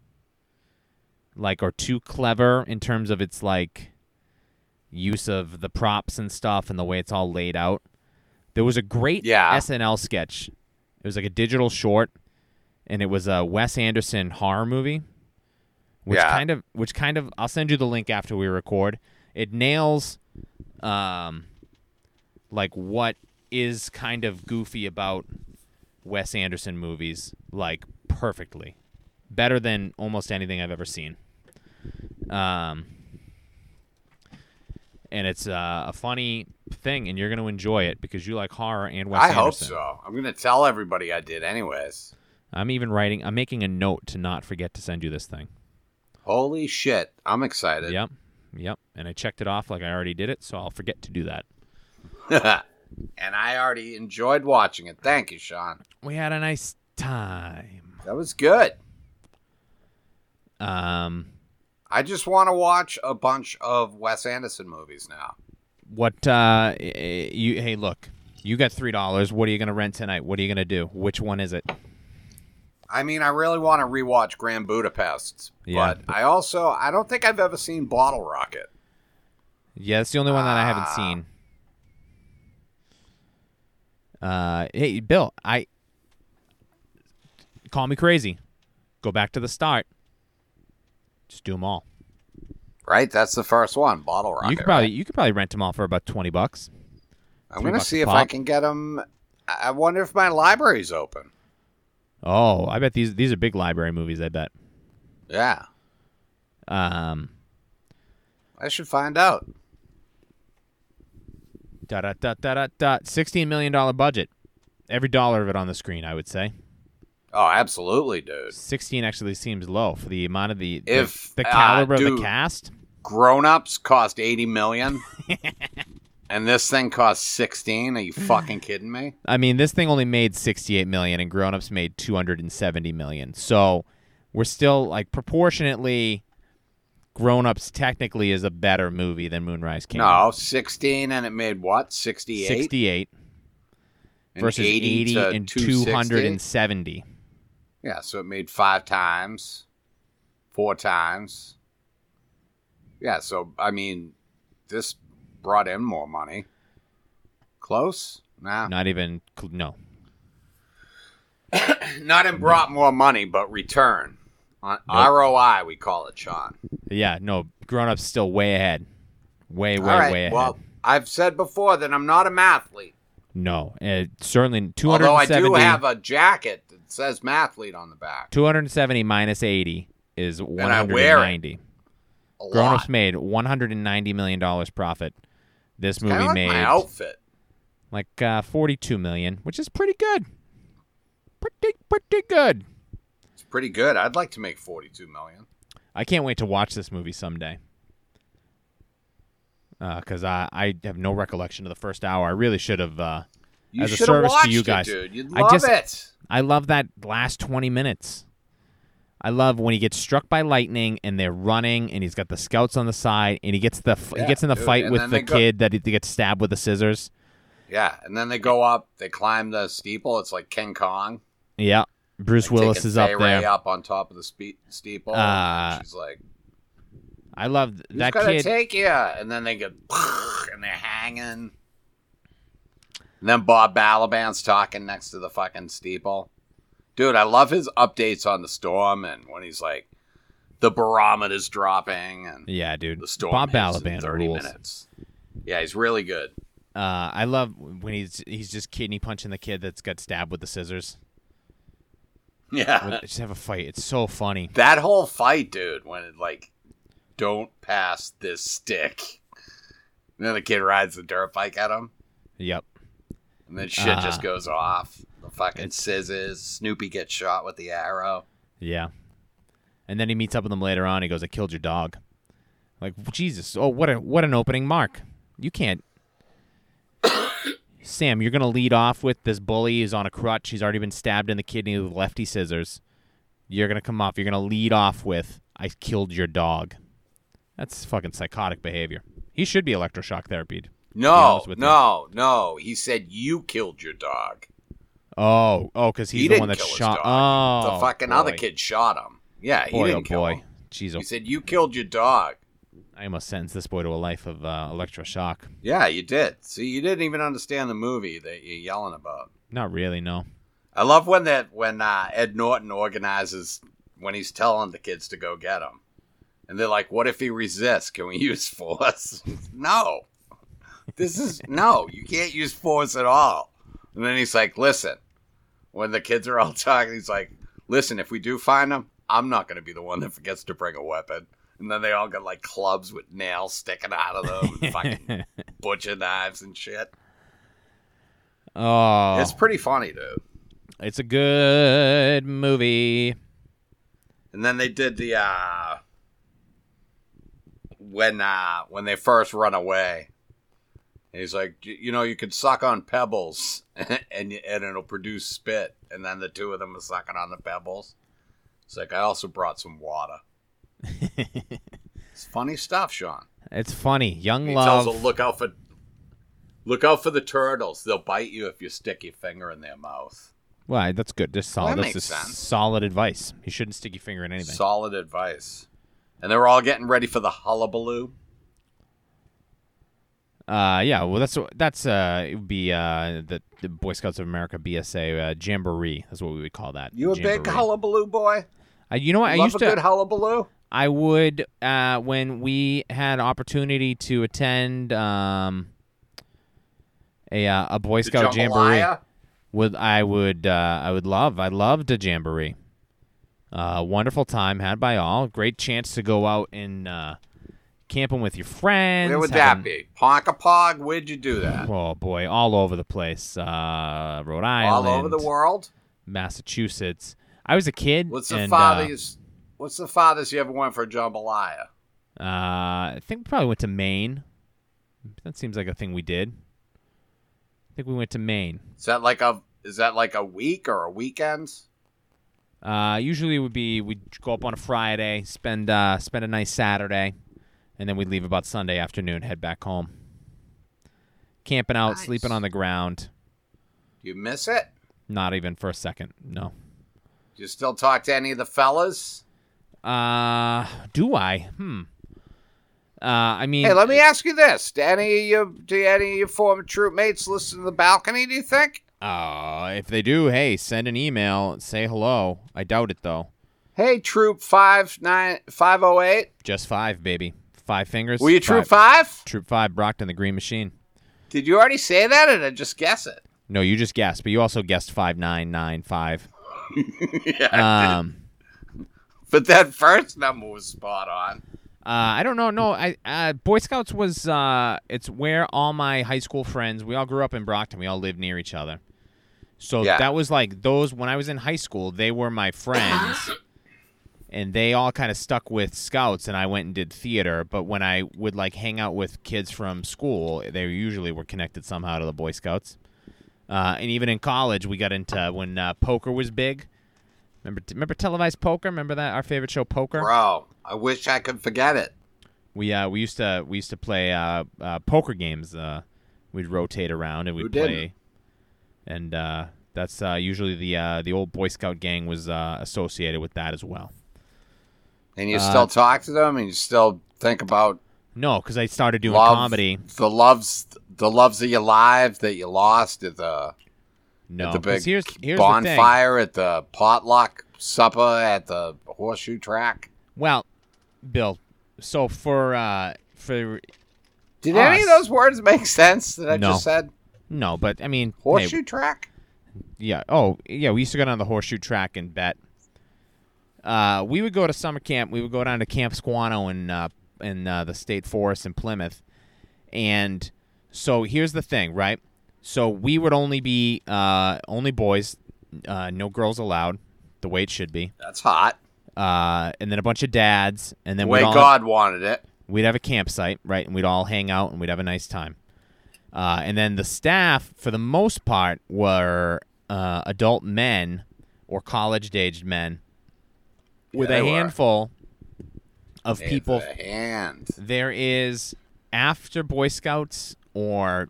like or too clever in terms of its like use of the props and stuff and the way it's all laid out. There was a great
Yeah.
SNL sketch. It was like a digital short and it was a Wes Anderson horror movie, which
Yeah.
kind of, which kind of, I'll send you the link after we record. It nails, um, like what is kind of goofy about Wes Anderson movies, like perfectly, better than almost anything I've ever seen. Um, and it's uh, a funny thing, and you're going to enjoy it because you like horror and Wes
I
Anderson.
hope so. I'm gonna tell everybody I did, anyways.
I'm even writing. I'm making a note to not forget to send you this thing.
Holy shit! I'm excited.
Yep, yep. And I checked it off like I already did it, so I'll forget to do that.
[laughs] and I already enjoyed watching it. Thank you, Sean.
We had a nice time.
That was good.
Um,
I just want to watch a bunch of Wes Anderson movies now.
what? Uh, eh, you? Hey, look. You got three dollars. What are you gonna rent tonight? What are you gonna do? Which one is it?
I mean, I really want to rewatch Grand Budapest,
Yeah.
but I also I don't think I've ever seen Bottle Rocket.
Yeah, that's the only one that I haven't seen. Uh, hey, Bill, I call me crazy. Go back to the start. Just do them all.
Right? That's the first one, Bottle Rocket.
you could probably
right?
you could probably rent them all for about twenty bucks.
I'm
three
going to
bucks
see
a
if I
pop.
can get them. I I wonder if my library's open.
Oh, I bet these these are big library movies. I bet.
Yeah.
Um,
I should find out.
da da da da da da. Sixteen million dollar budget. Every dollar of it on the screen, I would say.
Oh, absolutely, dude.
Sixteen actually seems low for the amount of the the-
If,
the,
uh,
caliber of
dude.
the cast.
Grown ups cost 80
[laughs]
million. and this thing costs 16. Are you fucking kidding me?
I mean, this thing only made 68 million and grown-ups made 270 million. So, we're still like proportionately grown-ups technically is a better movie than Moonrise Kingdom.
No, 16 and it made what? 68?
68
And
versus 80
to
and
260?
270.
Yeah, so it made five times, four times. Yeah, so I mean, this brought in more money. Close? Nah.
Not even cl- no.
[laughs] Not in brought more money, but return. On ROI, we call it, Sean.
Yeah, no. Grown-ups still way ahead. Way way
All right.
way ahead.
well, I've said before that I'm not a mathlete.
no. Uh, certainly 270
Although I do have a jacket that says mathlete on the back.
270 minus 80 is
I wear it
190.
A
Grown
lot.
Ups made one hundred and ninety million dollars profit. This
Kinda
movie
like
made
my outfit.
like uh, forty-two million, which is pretty good. Pretty pretty good.
It's pretty good. I'd like to make 42 million.
I can't wait to watch this movie someday. Because I I have no recollection of the first hour. I really should have. Uh,
You
As a
should have
service to
watched
you
it,
guys.
dude. You'd
I
love
just-
it.
I love that last twenty minutes. I love when he gets struck by lightning and they're running and he's got the scouts on the side and he gets the f
Yeah,
he gets in the
dude,
fight
and
with
then
the
they go-
kid that he gets stabbed with the scissors.
Yeah, and then they go up, they climb the steeple. It's like King Kong.
Yeah, Bruce Willis
Taking
is up
Fay
there.
Wray up on top of the spe- steeple.
Uh,
She's like,
I love
"Who's
that
gonna
kid.
take you?" And then they get, and they're hanging. And then Bob Balaban's talking next to the fucking steeple. Dude, I love his updates on the storm and when he's like, the barometer's dropping and
yeah, dude.
the storm.
Bob
hits in
Balaban
30
rules.
minutes. Yeah, he's really good. [laughs]
Uh, I love when he's he's just kidney punching the kid that's got stabbed with the scissors.
Yeah.
When- just have a fight. It's so funny.
That whole fight, dude, when it like, don't pass this stick. [laughs] And then the kid rides the dirt bike at him,
Yep.
and then shit
Uh,
just goes off. The fucking
it's-
scissors. Snoopy gets shot with the arrow.
Yeah. And then he meets up with them later on. He goes, "I killed your dog." Like Jesus. Oh, what a what an opening mark. You can't. [coughs] Sam, you're gonna lead off with this bully is on a crutch. He's already been stabbed in the kidney with lefty scissors. You're gonna come off. You're gonna lead off with "I killed your dog." That's fucking psychotic behavior. He should be electroshock therapied.
No,
honest with
no, no. He said you killed your dog.
Oh, oh, because he's
he
the
didn't
one that
kill his
shot.
dog.
Oh,
the fucking
boy.
other kid shot him. Yeah, he
Boy,
didn't
oh
kill
boy.
him.
Jeez,
He
oh,
said you killed your dog.
I almost sentenced this boy to a life of uh, electroshock.
Yeah, you did. See, you didn't even understand the movie that you're yelling about.
Not really, no.
I love when that when uh, Ed Norton organizes when he's telling the kids to go get him, and they're like, "What if he resists? Can we [laughs] use force?" no, this is no. You can't use force at all. And then he's like, "Listen," when the kids are all [laughs] talking, he's like, "Listen, if we do find him, I'm not going to be the one that forgets to bring a weapon." And then they all got like clubs with nails sticking out of them,
[laughs]
and fucking butcher knives and shit.
Oh,
It's
it's,
pretty funny, dude.
a good movie.
And then they did the uh when uh when they first run away. And he's like, "Y- you know, you could suck on pebbles [laughs] and y- and it'll produce spit. And then the two of them are sucking on the pebbles. It's like I also brought some water. it's funny stuff,
[laughs]
Sean.
It's funny. Young
He
love.
tells them look out for look out for the turtles. They'll bite you if you stick your finger in their mouth.
well, that's good. Just solid.
that
that's
makes
just
sense.
solid advice. You shouldn't stick your finger in anything.
Solid advice. And they were all getting ready for the hullabaloo.
Uh, yeah, well, that's that's uh, it would be uh, the, the Boy Scouts of America BSA uh, jamboree. That's what we would call that.
You a big
jamboree.
hullabaloo boy?
Uh, you know what? I
Love
used
a
to.
good hullabaloo?
I would uh, when we had opportunity to attend um, a uh, a Boy
The
Scout jamboree.
jambalaya?
Would I would uh, I would love I loved a jamboree. Uh, wonderful time had by all. Great chance to go out and uh, camping with your friends.
Where would
having-
that be? Ponka Pog? Where'd you do that?
Oh boy, all over the place. Uh, Rhode
All
Island,
over the world?
Massachusetts. I was a kid.
What's the
and, uh,
farthest? What's the farthest you ever went for jambalaya?
Uh, I think we probably went to Maine. That seems like a thing we did. I think we went to Maine.
Is that like a is that like a week or a weekend?
Uh, usually it would be we'd go up on a Friday, spend uh, spend a nice Saturday, and then we'd leave about Sunday afternoon, head back home. Camping out,
Nice.
sleeping on the ground.
You miss it?
Not even for a second. No.
Do you still talk to any of the fellas?
Uh, do I? Hmm. Uh, I mean,
Hey, let me ask you this: Do any of your do any of your former troop mates listen to the balcony? Do you think?
uh, if they do, hey, send an email, say hello. I doubt it though.
Hey, troop five nine five oh eight.
Just five, baby. Five fingers.
Were you troop five?
Troop five, Brockton, the Green Machine.
Did you already say that, or did I just guess it?
No, you just guessed, but you also guessed five nine
[laughs]
nine five.
yeah,
Um,
but that first number was spot on.
uh, I don't know. No, I uh, Boy Scouts was uh, it's where all my high school friends. We all grew up in Brockton. We all lived near each other. So
Yeah.
that was like those when I was in high school. They were my friends, and they all kind of stuck with Scouts. And I went and did theater. But when I would like hang out with kids from school, they usually were connected somehow to the Boy Scouts. Uh, and even in college, we got into when uh, poker was big. Remember, remember televised poker? Remember that our favorite show, poker?
Bro, I wish I could forget it.
We uh we used to we used to play uh, uh poker games. Uh, we'd rotate around and we'd
Who
play,
didn't?
and uh, that's uh, usually the uh, the old Boy Scout gang was uh, associated with that as well.
And you
Uh,
still talk to them, and you still think about
No, because I started doing
love,
comedy.
the loves, the loves of your lives that you lost at the,
No,
at the big
'cause here's here's the thing.
bonfire, at the potluck supper, at the horseshoe track.
Well, Bill, so for uh for
Did
Us.
any of those words make sense that I
No.
just said?
no, but I mean, hey,
Horseshoe track.
Yeah. Oh, yeah. We used to go down the horseshoe track and bet. Uh, we would go to summer camp. We would go down to Camp Squano in uh, in uh, the state forest in Plymouth. And so here's the thing, right? So we would only be uh, only boys, uh, no girls allowed, the way it should be.
That's hot.
Uh, and then a bunch of dads, and
The
then
way
we'd all
God wanted it.
we'd have a campsite, right? And we'd all hang out and we'd have a nice time. Uh, and then the staff, for the most part, were uh, adult men or college aged men with
they
a
were.
handful of
Hand
people.
for hand.
There is, after Boy Scouts or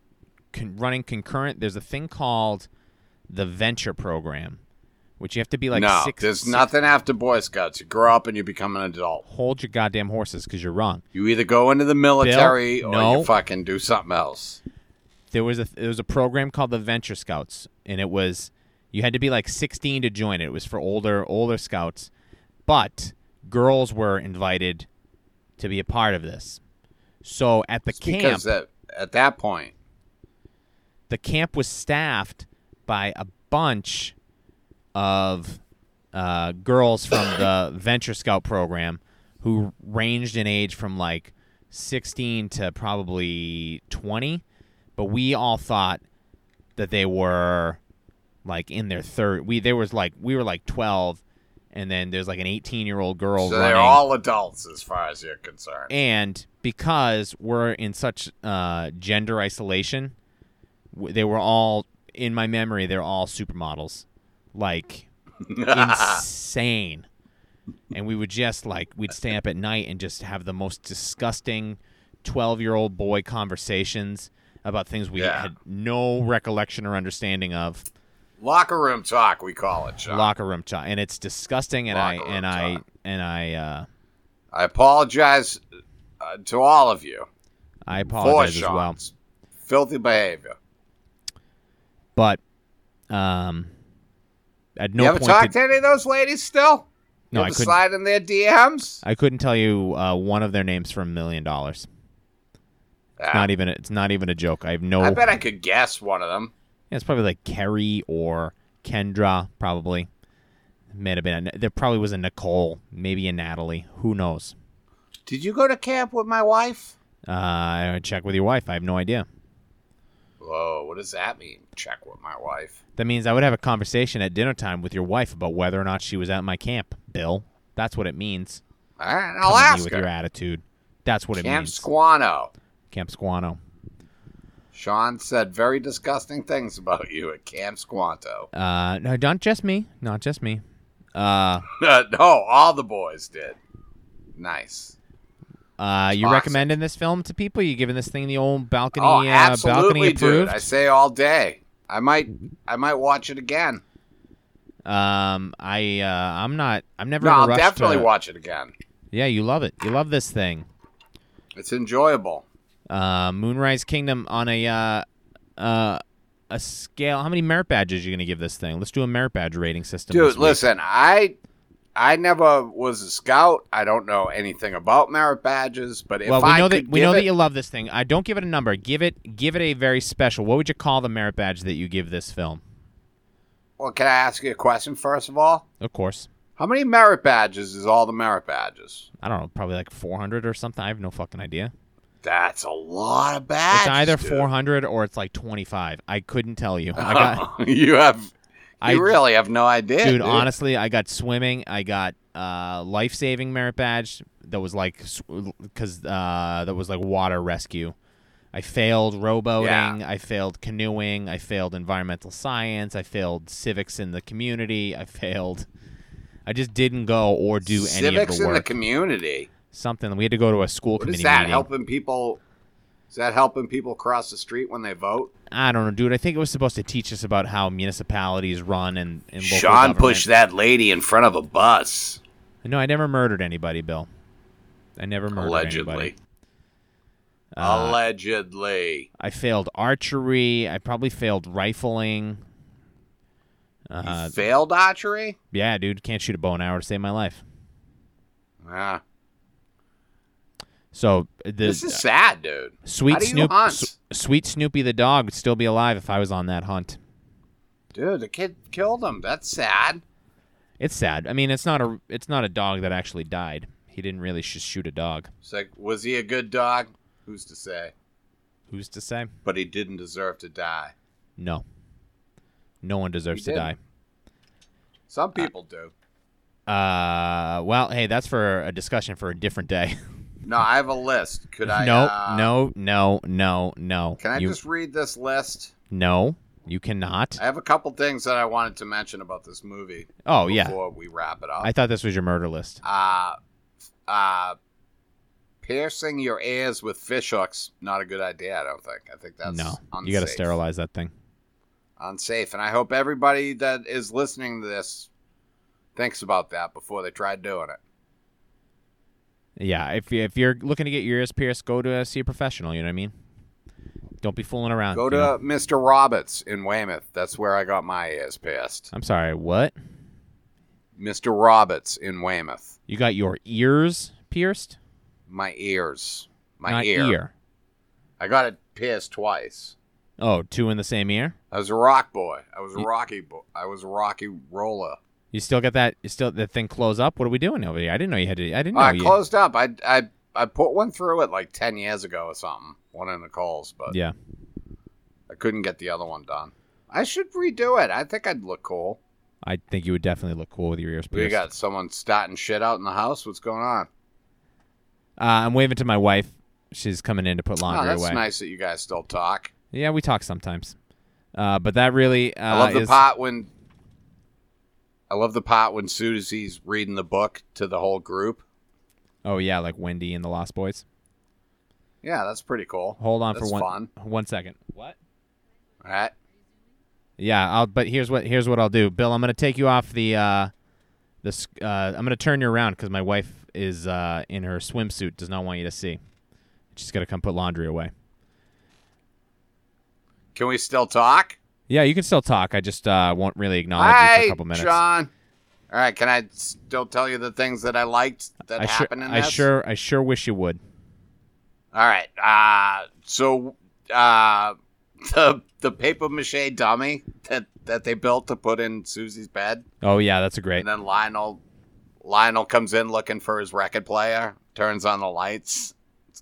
con- running concurrent, there's a thing called the Venture Program, which you have to be like
no,
six.
there's
six-
nothing after Boy Scouts. You grow up and you become an adult.
Hold your goddamn horses because you're wrong.
You either go into the military or
no.
you fucking do something else.
there was a there was a program called the Venture Scouts, and it was you had to be like 16 to join it. It was for older older scouts, but girls were invited to be a part of this. So at the
It's
camp,
Because that, at that point,
the camp was staffed by a bunch of uh, girls from the [coughs] Venture Scout program who ranged in age from like 16 to probably 20. But we all thought that they were like in their third. We there was like we were like 12, and then there's like an 18 year old girl.
so
running
they're all adults as far as you're concerned.
and because we're in such uh, gender isolation, w- they were all in my memory. They're all supermodels,
[laughs]
like insane. And we would just like we'd stay up at night and just have the most disgusting twelve-year-old boy conversations about things we
Yeah.
had no recollection or understanding of.
Locker room talk, we call it, Sean.
Locker room talk, and it's disgusting. And
Locker
I
room
and I
talk.
and I uh,
I apologize uh, to all of you
I
for
apologize as well.
Sean's Filthy behavior.
But um, at no
you ever
point
talk
did-
to any of those ladies still?
No,
you
I
ever
couldn't.
slide in their DMs?
I couldn't tell you uh, one of their names for a million dollars.
Ah,
Not even it's not even a joke. I have no.
I bet I could guess one of them.
Yeah, it's probably like Kerry or Kendra, probably. May have been. A, there probably was a Nicole, maybe a Natalie. Who knows?
Did you go to camp with my wife?
Uh, I would check with your wife. I have no idea.
Whoa, what does that mean? Check with my wife.
That means I would have a conversation at dinner time with your wife about whether or not she was at my camp, Bill. That's what it means.
All right,
Come
I'll
at me
ask
with your
her.
attitude. That's what it
Camp
means.
Squano.
camp Squano.
Sean said very disgusting things about you at Camp Squanto. [laughs]
Uh, no, not just me. Not just me. Uh,
no, all the boys did. Nice.
uh, you
Toxic.
recommending this film to people? You giving this thing the old balcony?
Oh,
uh, balcony
absolutely, dude.
approved.
I say all day. I might, I might watch it again.
Um, I uh, I'm not. I'm never.
No,
in a
I'll
rush
definitely
to-
watch it again.
Yeah, you love it. You love this thing.
It's enjoyable.
Uh, Moonrise Kingdom on a uh, uh, a scale. How many merit badges you gonna give this thing? Let's do a merit badge rating system. this
Dude,
week.
listen, I I never was a scout. I don't know anything about merit badges, but if
Well, we
I
know
could
that we
give
know
it,
that you love this thing. I don't give it a number. Give it give it a very special. What would you call the merit badge that you give this film?
well, can I ask you a question first of all?
Of course,
How many merit badges is all the merit badges?
I don't know. Probably like 400 or something. I have no fucking idea.
That's a lot of badges.
It's either
dude. [laughs]
400 or it's like 25. I couldn't tell you. I got.
you have
I-
you really have no idea,
dude, honestly i got swimming i got uh life-saving merit badge that was like because uh that was like water rescue i failed rowboating i failed canoeing i failed environmental science i failed civics in the community i failed i just didn't go or do any of
civics
the
in the
work
community.
something we had to go to a school
What
committee
is that
meeting
helping people? Is that helping people cross the street when they vote?
i don't know dude i think it was supposed to teach us about how municipalities run and, and local
Sean
government.
pushed that lady in front of a bus,
no i never murdered anybody bill i never murdered anybody
allegedly.
Uh,
allegedly.
I failed archery. I probably failed rifling. Uh,
you failed archery?
yeah, dude, can't shoot a bow and arrow to save my life.
Yeah.
So the
Ah, This is sad, dude.
sweet
How do you
Snoop,
hunt?
s- sweet Snoopy the dog would still be alive if I was on that hunt.
Dude, the kid killed him. That's sad.
It's sad. I mean, it's not a it's not a dog that actually died. He didn't really sh- shoot a dog.
It's like, was he a good dog? Who's to say?
Who's to say?
But he didn't deserve to die.
No. No one deserves to
He
die.
didn't. Some people do.
Uh, well, hey, that's for a discussion for a different day. [laughs]
No, I have a list. Could I?
no,
uh,
no, no, no, no.
Can I
you,
just read this list?
No, you cannot.
I have a couple things that I wanted to mention about this movie
Oh
before
yeah,
we wrap it up.
I thought this was your murder list.
uh, uh, piercing your ears with fishhooks not a good idea. I don't think. I think that's
no,
Unsafe.
you got to sterilize that thing.
Unsafe, and I hope everybody that is listening to this thinks about that before they try doing it.
Yeah, if you, if you're looking to get your ears pierced, go to uh, see a professional. You know what I mean? Don't be fooling around.
Go
you
to
know?
Mr. Roberts in Weymouth. That's where I got my ears pierced.
I'm sorry. What?
Mr. Roberts in Weymouth.
You got your ears pierced?
My ears. My
Not
ear. I got it pierced twice.
Oh, two in the same ear.
I was a rock boy. I was a rocky boy. I was a rocky roller.
You still got that? You still that thing close up? What are we doing over here? I didn't know you had to. I didn't know
I
you.
closed up. I, I I put one through it like ten years ago or something. One in the calls, but
Yeah.
I couldn't get the other one done. I should redo it. I think I'd look cool.
I think you would definitely look cool with your ears
We
pierced.
got someone starting shit out in the house. What's going on?
Uh, I'm waving to my wife. She's coming in to put
Oh,
laundry
that's
away.
nice that you guys still talk.
Yeah, we talk sometimes. Uh, but that really uh,
I love the
is-
part when I love the part when Susie's reading the book to the whole group.
Oh yeah, like Wendy and the Lost Boys.
Yeah, that's pretty cool.
Hold on
That's
for one
fun.
one second. What?
All right.
Yeah, I'll but here's what here's what I'll do. Bill, I'm going to take you off the uh the s- uh I'm going to turn you around cuz my wife is uh in her swimsuit does not want you to see. She's got to come put laundry away.
Can we still talk?
Yeah, you can still talk. I just uh, won't really acknowledge you for
Hi,
a couple minutes.
John. All right, can I still tell you the things that I liked that
I sure,
happened in
I
this?
sure, I sure wish you would.
All right. Uh, so uh, [laughs] the the paper mache dummy that that they built to put in Susie's bed,
Oh yeah, that's a great.
and then Lionel Lionel comes in looking for his record player, turns on the lights,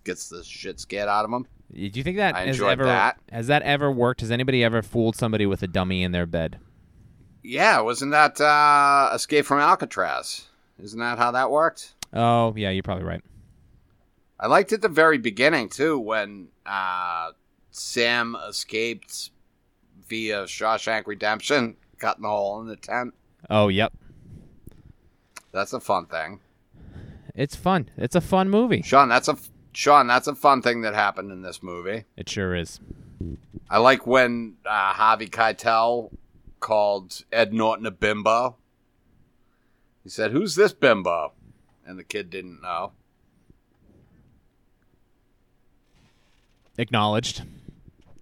gets the shit scared out of him.
Do you think that
I
has
enjoyed
ever
that.
has that ever worked? Has anybody ever fooled somebody with a dummy in their bed?
Yeah, wasn't that uh, Escape from Alcatraz? Isn't that how that worked?
Oh yeah, you're probably right.
I liked at the very beginning too when uh, Sam escaped via Shawshank Redemption, cutting a hole in the tent.
Oh yep,
That's a fun thing,
it's fun. It's a fun movie.
Sean. That's a Sean. That's a fun thing that happened in this movie.
It sure is.
I like when uh, Javi Keitel called Ed Norton a bimbo. He said, "Who's this bimbo?" And the kid didn't know.
Acknowledged.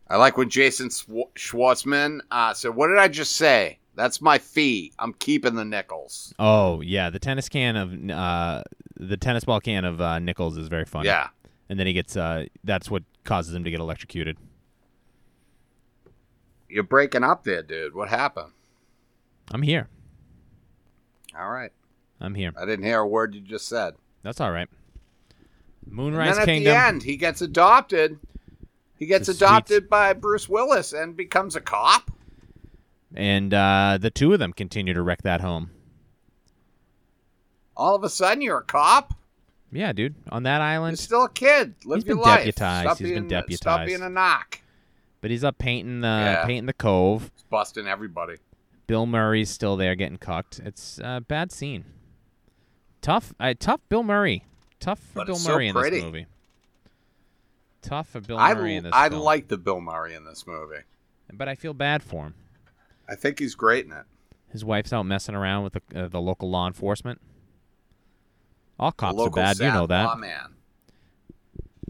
I like when Jason Sw- Schwartzman uh, said, "What did I just say? That's my fee. I'm keeping the nickels."
Oh yeah, the tennis can of uh, the tennis ball can of uh, nickels is very funny.
Yeah.
and then he gets uh, that's what causes him to get electrocuted.
You're breaking up there, dude. What happened?
I'm here.
All right.
I'm here.
I didn't hear a word you just said.
That's all right.
And
Moonrise
then at
Kingdom.
the end, he gets adopted. He gets
The sweet-
adopted by Bruce Willis and becomes a cop.
And uh, the two of them continue to wreck that home.
All of a sudden, you're a cop.
Yeah, dude. On that
You're
island,
still a kid. Live
He's
your
been
life.
deputized.
Stop
He's
being,
been
Stop
deputized.
being a knock.
but he's up painting the
Yeah.
painting the cove.
He's busting everybody.
Bill Murray's still there getting cucked. It's a bad scene. Tough, uh, tough Bill Murray. Tough for
But
Bill
it's so
Murray in
pretty.
this movie. Tough for Bill
I,
Murray in this
I
film.
like the Bill Murray in this movie.
but I feel bad for him.
I think he's great in it.
His wife's out messing around with the, uh, the local law enforcement. All
The
cops are
local
bad, you
sad
know that.
lawman.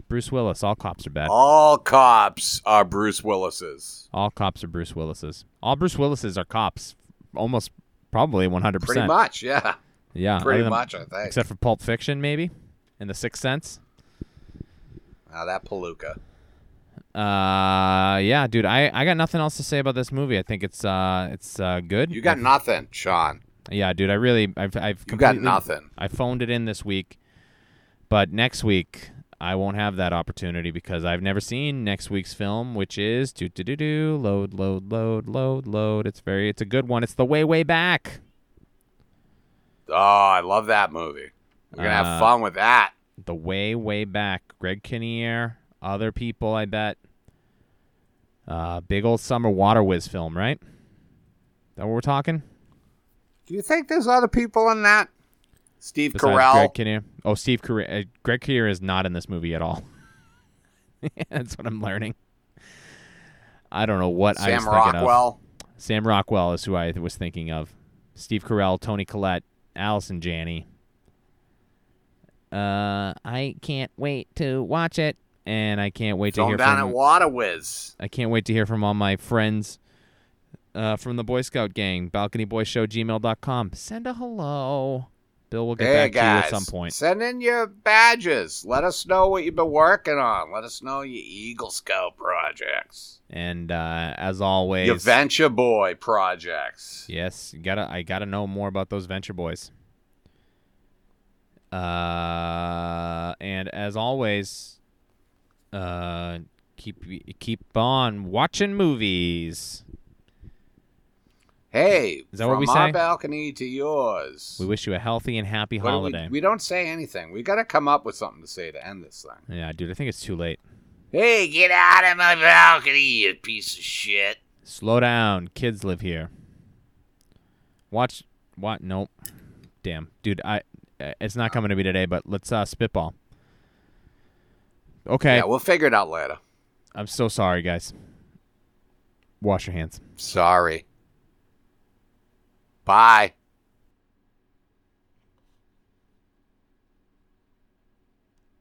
Bruce Willis, all cops are bad.
All cops are Bruce Willis's.
All cops are Bruce Willis's. All Bruce Willis's are cops, almost probably 100%.
Pretty much, yeah.
Yeah,
Pretty
Uh, other than-
much, I think.
Except for Pulp Fiction, maybe, and The Sixth Sense.
Ah, that palooka.
Uh, yeah, dude, I, I got nothing else to say about this movie. I think it's uh it's uh good.
You got nothing, Sean.
yeah, dude, I really I've I've
You got
completely-
nothing.
I phoned it in this week, but next week I won't have that opportunity because I've never seen next week's film, which is do do do do load load load load load. It's very it's a good one. It's the way way back.
Oh, I love that movie. We're gonna
Uh,
have fun with that.
The way way back. Greg Kinnear, other people, I bet. Uh, big old summer water whiz film, right? That what we're talking?
Do you think there's other people in that? Steve
Besides
Carell.
Greg Kinnear. Oh, Steve Carell. Uh, Greg Kinnear is not in this movie at all. [laughs] That's what I'm learning. I don't know what I was
Sam
thinking
Rockwell.
of. Sam Rockwell is who I was thinking of. Steve Carell, Tony Collette, Allison Janney. Uh, I can't wait to watch it, and I can't wait to
Going
hear
down
from.
at Water Whiz.
I can't wait to hear from all my friends uh, from the Boy Scout gang. BalconyBoyShowGmail.com. Send a hello. Bill will get
Hey
back
guys,
to you at some point.
send in your badges. Let us know what you've been working on. Let us know your Eagle Scout projects,
And uh, as always,
your Venture Boy projects.
yes, you gotta I gotta know more about those venture boys. Uh, and as always, uh, keep keep on watching movies.
Hey,
Is that
from
what we
our
say?
balcony to yours.
We wish you a healthy and happy
What do we-
holiday.
We, don't say anything. We got to come up with something to say to end this thing.
yeah, dude, I think it's too late.
Hey, get out of my balcony, you piece of shit.
Slow down, kids live here. Watch what? Nope. Damn, dude, I uh, it's not coming to me today. But let's uh, spitball. Okay.
Yeah, we'll figure it out later.
I'm so sorry, guys. Wash your hands.
Sorry. Bye.